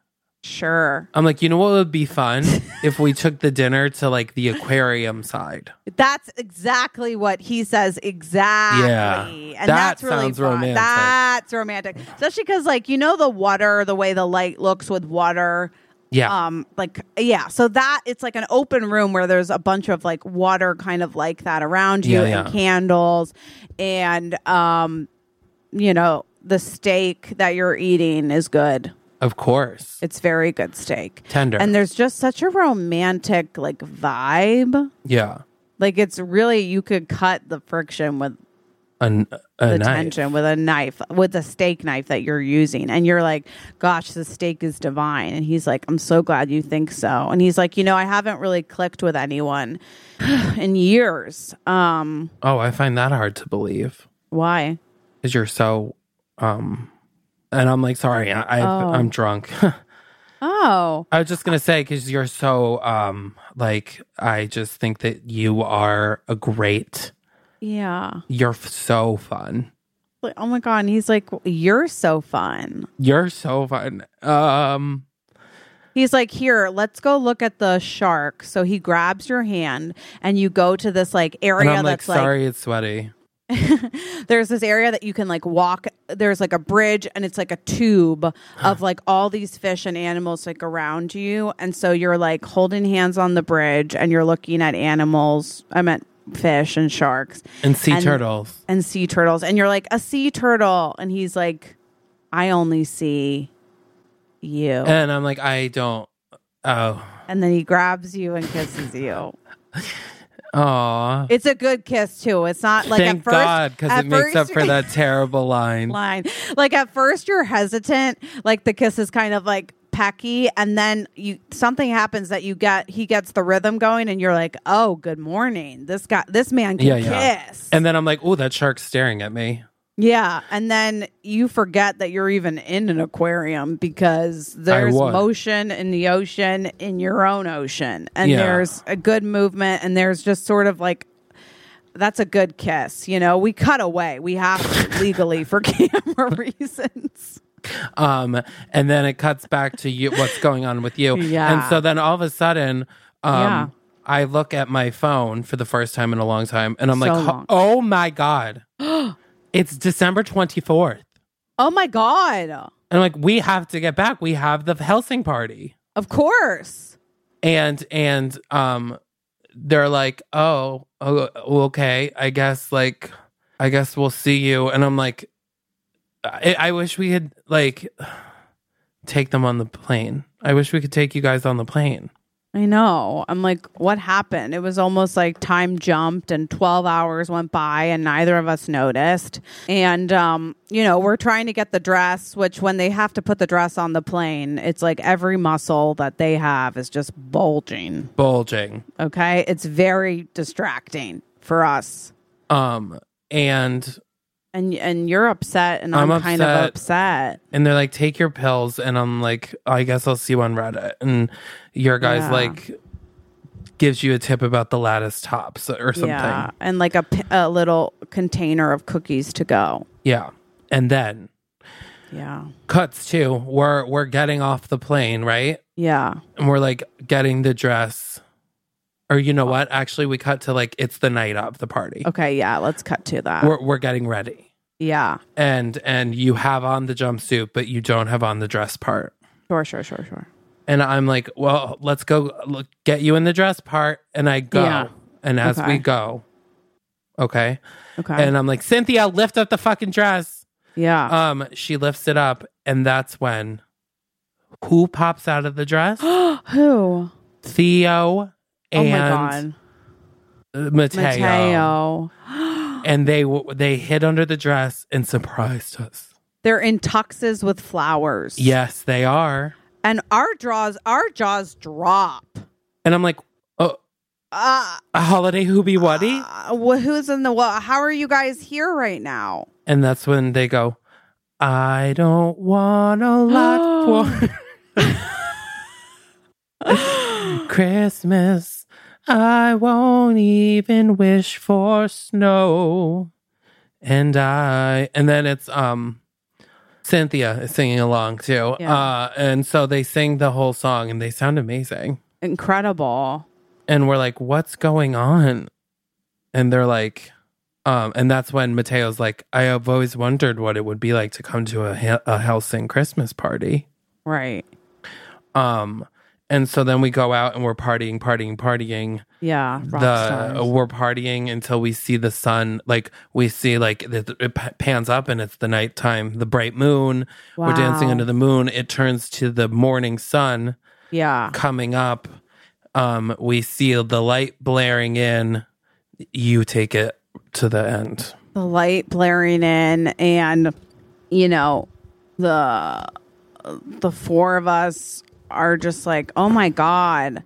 Speaker 2: sure.
Speaker 3: I'm like, you know what would
Speaker 2: [laughs]
Speaker 3: be fun if we took the dinner to like the aquarium side.
Speaker 2: That's exactly what he says. Exactly.
Speaker 3: Yeah.
Speaker 2: And
Speaker 3: That
Speaker 2: that's really
Speaker 3: sounds
Speaker 2: fun.
Speaker 3: romantic.
Speaker 2: That's romantic. Especially because, like, you know, the water, the way the light looks with water.
Speaker 3: Yeah.
Speaker 2: Um, like, yeah. So that it's like an open room where there's a bunch of like water kind of like that around you
Speaker 3: Yeah,
Speaker 2: and
Speaker 3: yeah.
Speaker 2: candles and, um, you know, the steak that you're eating is good.
Speaker 3: of course.
Speaker 2: It's very good steak.
Speaker 3: Tender.
Speaker 2: And there's just such a romantic like vibe.
Speaker 3: yeah.
Speaker 2: Like it's really you could cut the friction with
Speaker 3: An, a
Speaker 2: the
Speaker 3: knife.
Speaker 2: tension with a knife, with a steak knife that you're using, and you're like, "Gosh, the steak is divine." And he's like, "I'm so glad you think so." And he's like, "You know, I haven't really clicked with anyone [sighs] in years. Um,
Speaker 3: Oh, I find that hard to believe
Speaker 2: why?
Speaker 3: because you're so. um And I'm like, sorry, I, I,
Speaker 2: Oh.
Speaker 3: I'm drunk. [laughs]
Speaker 2: Oh,
Speaker 3: I was just gonna say because you're so um like I just think that you are a great.
Speaker 2: yeah.
Speaker 3: You're f- so fun.
Speaker 2: Like, oh my god." And he's like, "You're so fun."
Speaker 3: You're so fun. Um.
Speaker 2: He's like, here, let's go look at the shark. So he grabs your hand and you go to this like
Speaker 3: And
Speaker 2: area Oh,
Speaker 3: I'm like,
Speaker 2: that's like
Speaker 3: sorry, it's sweaty.
Speaker 2: there's this area that you can like walk there's like a bridge and it's like a tube of like all these fish and animals like around you and so you're like holding hands on the bridge and you're looking at animals i meant fish and sharks
Speaker 3: And sea
Speaker 2: And-
Speaker 3: turtles.
Speaker 2: and sea turtles and you're like a sea turtle and he's like i only see you
Speaker 3: And I'm like, I don't. Oh.
Speaker 2: and then he grabs you and kisses you
Speaker 3: Aw.
Speaker 2: it's a good kiss too it's not like
Speaker 3: Thank
Speaker 2: at first
Speaker 3: God, because
Speaker 2: at
Speaker 3: it makes up
Speaker 2: first- [laughs]
Speaker 3: for that terrible line.
Speaker 2: line. Like at first you're hesitant, like the kiss is kind of like pecky, and then you something happens that you get he gets the rhythm going, and you're like, oh, good morning, this guy, this man can
Speaker 3: Yeah, yeah.
Speaker 2: kiss,
Speaker 3: And then I'm like, oh, that shark's staring at me.
Speaker 2: yeah, and then you forget that you're even in an aquarium because there's
Speaker 3: would.
Speaker 2: motion in the ocean in your own ocean, and
Speaker 3: Yeah.
Speaker 2: there's a good movement, and there's just sort of like. That's a good kiss, you know. We cut away. We have to legally for [laughs] camera reasons.
Speaker 3: Um, and then it cuts back to you, what's going on with you.
Speaker 2: Yeah.
Speaker 3: And so then all of a sudden, um,
Speaker 2: Yeah.
Speaker 3: I look at my phone for the first time in a long time and I'm
Speaker 2: So
Speaker 3: like, "Ho-
Speaker 2: long.
Speaker 3: oh
Speaker 2: [gasps]
Speaker 3: my God, it's December 24th.
Speaker 2: Oh my god.
Speaker 3: And I'm like, we have to get back. We have the Helsing party.
Speaker 2: Of course.
Speaker 3: And, and, um, they're like, oh, oh, okay. I guess, like, I guess we'll see you. And I'm like, I, I wish we could, like, take them on the plane. I wish we could take you guys on the plane.
Speaker 2: I know. I'm like, what happened? It was almost like time jumped and 12 hours went by and neither of us noticed. And, um, you know, we're trying to get the dress, which when they have to put the dress on the plane, it's like every muscle that they have is just bulging.
Speaker 3: bulging.
Speaker 2: Okay. It's very distracting for us.
Speaker 3: Um, and
Speaker 2: And, and you're upset and I'm,
Speaker 3: I'm
Speaker 2: kind of upset.
Speaker 3: and they're like, take your pills, and I'm like, I guess I'll see you on Reddit. And your guy's
Speaker 2: Yeah.
Speaker 3: like, gives you a tip about the lattice tops or something.
Speaker 2: Yeah.
Speaker 3: Yeah.
Speaker 2: And like a, p- a little container of cookies to go.
Speaker 3: And then
Speaker 2: Yeah.
Speaker 3: cuts to we're we're getting off the plane, right?
Speaker 2: Yeah.
Speaker 3: And we're like getting the dress. Or you know what? Actually, we cut to like it's the night of the party.
Speaker 2: Okay, yeah, let's cut to that.
Speaker 3: We're we're getting ready.
Speaker 2: yeah.
Speaker 3: And and you have on the jumpsuit, but you don't have on the dress part.
Speaker 2: Sure, sure, sure, sure.
Speaker 3: and I'm like, well, let's go look, get you in the dress part. And I go.
Speaker 2: Yeah.
Speaker 3: And as
Speaker 2: Okay.
Speaker 3: we go, Okay.
Speaker 2: Okay. Uh.
Speaker 3: And uh, I'm like, Cynthia, lift up the fucking dress.
Speaker 2: yeah.
Speaker 3: Um, she lifts it up, and that's when who pops out of the
Speaker 2: [gasps]
Speaker 3: dress? [gasps]
Speaker 2: Who?
Speaker 3: Theo
Speaker 2: oh my
Speaker 3: and uh,
Speaker 2: god.
Speaker 3: Mateo.
Speaker 2: Mateo.
Speaker 3: And they w- they hid under the dress and surprised us.
Speaker 2: They're in tuxes with flowers.
Speaker 3: Yes, they are.
Speaker 2: And our draws, our jaws drop.
Speaker 3: And I'm like, oh,
Speaker 2: Uh,
Speaker 3: a holiday hoobie waddy?
Speaker 2: [gasps] uh wh- who's in the what? How are you guys here right
Speaker 3: [laughs]
Speaker 2: now? [gasps]
Speaker 3: And that's when they go, I don't want
Speaker 2: [gasps]
Speaker 3: a lot for Christmas. I won't even wish for snow. And I and then it's um Cynthia is singing along too.
Speaker 2: Yeah.
Speaker 3: Uh and so they sing the whole song and they sound amazing.
Speaker 2: Incredible.
Speaker 3: And we're like, what's going on? And they're like, um, and that's when Mateo's like, I have always wondered what it would be like to come to a, Hel- a Helsing Christmas party.
Speaker 2: Right.
Speaker 3: Um, and so then we go out and we're partying, partying, partying.
Speaker 2: Yeah. Rock
Speaker 3: The, uh,
Speaker 2: stars.
Speaker 3: we're partying until we see the sun. Like we see, like it, it p- pans up and it's the nighttime, the bright moon. We're dancing
Speaker 2: Wow.
Speaker 3: under the moon. It turns to the morning sun
Speaker 2: Yeah.
Speaker 3: coming up. Um, we see the light blaring in. You take it to the end.
Speaker 2: The light blaring in, and you know, the the four of us are just like, oh my god.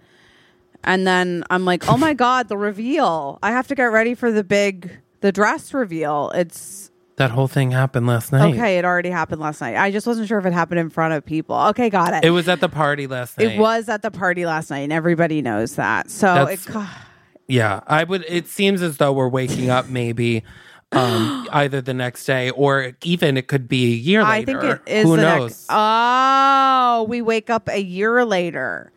Speaker 2: And then I'm like, oh my god, the reveal! I have to get ready for the big the dress reveal. It's
Speaker 3: That whole thing happened last night.
Speaker 2: okay. It already happened last night. I just wasn't sure if it happened in front of people. Okay, got it.
Speaker 3: It was at the party last night.
Speaker 2: It was at the party last night, and everybody knows that. So it,
Speaker 3: That's- Yeah, I would. It seems as though we're waking up maybe
Speaker 2: [gasps]
Speaker 3: um, either the next day or even it could be a year later.
Speaker 2: I think it is.
Speaker 3: Who
Speaker 2: the
Speaker 3: knows?
Speaker 2: Next, oh, we wake up a year later,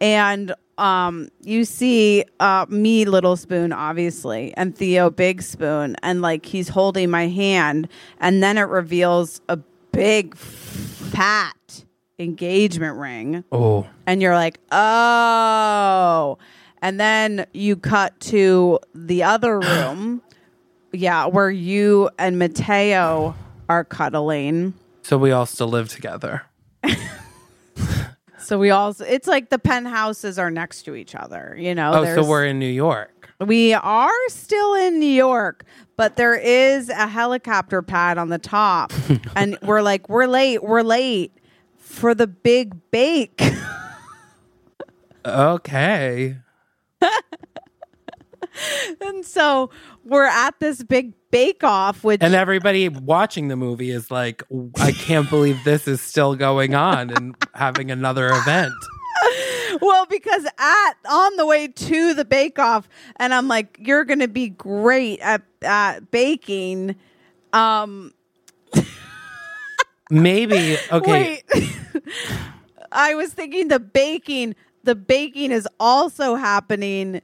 Speaker 2: and um, you see uh, me, little spoon, obviously, and Theo, big spoon, and like he's holding my hand, and then it reveals a big, fat engagement ring
Speaker 3: oh,
Speaker 2: and you're like, oh. And then you cut to the
Speaker 3: [clears throat]
Speaker 2: other room, yeah, where you and Mateo are cuddling.
Speaker 3: so we all still live together.
Speaker 2: So we all, it's like the penthouses are next to each other, you know?
Speaker 3: Oh, so
Speaker 2: There's-
Speaker 3: we're in New York.
Speaker 2: We are still in New York, but there is a helicopter pad on the
Speaker 3: [laughs]
Speaker 2: top. and we're like, we're late, we're late for the big bake. [laughs]
Speaker 3: Okay.
Speaker 2: and so we're at this big bake off, which
Speaker 3: And everybody watching the movie is like, I can't believe this is still going on
Speaker 2: [laughs]
Speaker 3: and having another event.
Speaker 2: Well, because at on the way to the bake off, and I'm like, you're gonna be great at, at baking. Um
Speaker 3: Maybe. Okay.
Speaker 2: wait. [laughs] I was thinking the baking, the baking is also happening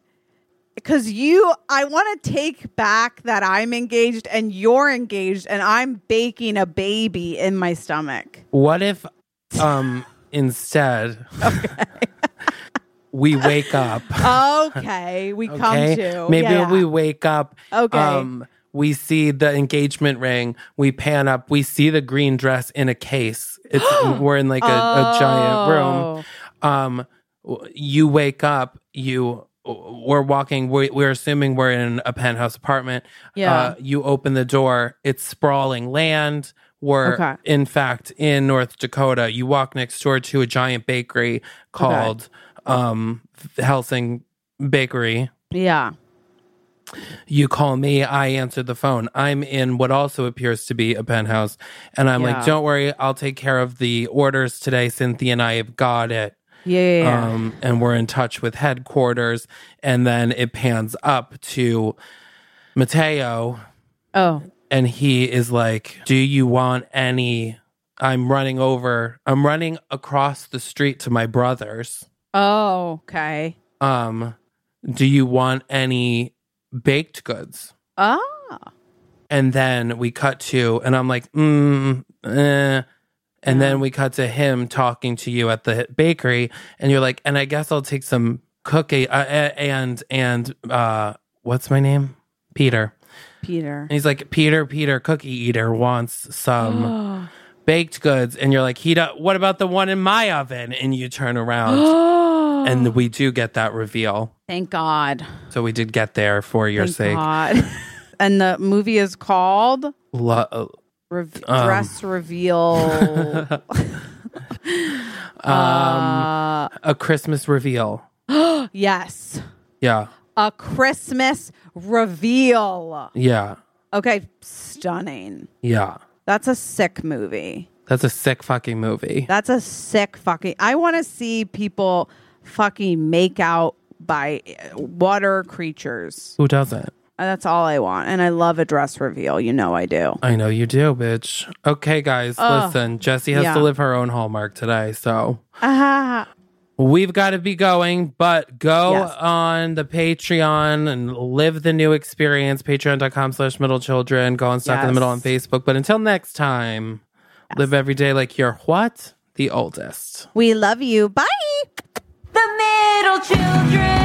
Speaker 2: because you I wanna take back that I'm engaged and you're engaged and I'm baking a baby in my stomach.
Speaker 3: What if um instead we
Speaker 2: [laughs]
Speaker 3: wake up?
Speaker 2: Okay,
Speaker 3: [laughs]
Speaker 2: we come to
Speaker 3: Maybe
Speaker 2: Yeah,
Speaker 3: we
Speaker 2: yeah.
Speaker 3: wake up. um,
Speaker 2: Okay.
Speaker 3: we see the engagement ring. We pan up. We see the green dress in a case.
Speaker 2: [gasps]
Speaker 3: It's we're in like a, a giant
Speaker 2: Oh.
Speaker 3: room. Um, w- you wake up. You we're walking. We, we're assuming we're in a penthouse apartment. Uh,
Speaker 2: Yeah.
Speaker 3: you open the door. It's sprawling land. We're
Speaker 2: Okay.
Speaker 3: in fact in North Dakota. You walk next door to a giant bakery called um, Helsing Bakery.
Speaker 2: Yeah.
Speaker 3: You call me, I answer the phone. I'm in what also appears to be a penthouse. And I'm
Speaker 2: Yeah.
Speaker 3: like, don't worry, I'll take care of the orders today. Cynthia and I have got it.
Speaker 2: Yeah. yeah, yeah.
Speaker 3: Um, and we're in touch with headquarters. And then it pans up to Mateo.
Speaker 2: oh.
Speaker 3: And he is like, Do you want any? I'm running over, I'm running across the street to my brother's.
Speaker 2: Oh, okay.
Speaker 3: Um, do you want any baked goods?
Speaker 2: Ah,
Speaker 3: and then we cut to and i'm like mm eh. and then we cut to him talking to you at the bakery and you're like and i guess i'll take some cookie uh, eh, and and uh what's my name peter
Speaker 2: Peter.
Speaker 3: And he's like, Peter, Peter, cookie eater
Speaker 2: [gasps]
Speaker 3: wants some baked goods. And you're like, he do- what about the one in my oven? And you
Speaker 2: [gasps]
Speaker 3: turn around
Speaker 2: Oh,
Speaker 3: and we do get that reveal.
Speaker 2: thank God.
Speaker 3: So we did get there for your
Speaker 2: Thank
Speaker 3: sake.
Speaker 2: God. [laughs] and the movie is called
Speaker 3: Lo-
Speaker 2: Rev
Speaker 3: Um.
Speaker 2: Dress Reveal. uh,
Speaker 3: a Christmas reveal.
Speaker 2: yes.
Speaker 3: Yeah.
Speaker 2: A Christmas reveal.
Speaker 3: Yeah.
Speaker 2: Okay, stunning.
Speaker 3: Yeah.
Speaker 2: That's a sick movie.
Speaker 3: That's a sick fucking movie.
Speaker 2: That's a sick fucking. I want to see people fucking make out by uh, water creatures.
Speaker 3: Who doesn't?
Speaker 2: That's all I want. And I love a dress reveal. You know I do.
Speaker 3: I know you do, bitch. Okay, guys, listen. Jessie has
Speaker 2: yeah.
Speaker 3: to live her own hallmark today, so
Speaker 2: Ah,
Speaker 3: we've got to be going. But go
Speaker 2: Yes.
Speaker 3: on the Patreon and live the new experience. Patreon.com/slash Middle Children. Go on Stuck in the
Speaker 2: Yes.
Speaker 3: Middle on Facebook. But until next time, live every day like you're what the oldest.
Speaker 2: [laughs] we love you. Bye.
Speaker 1: The middle children.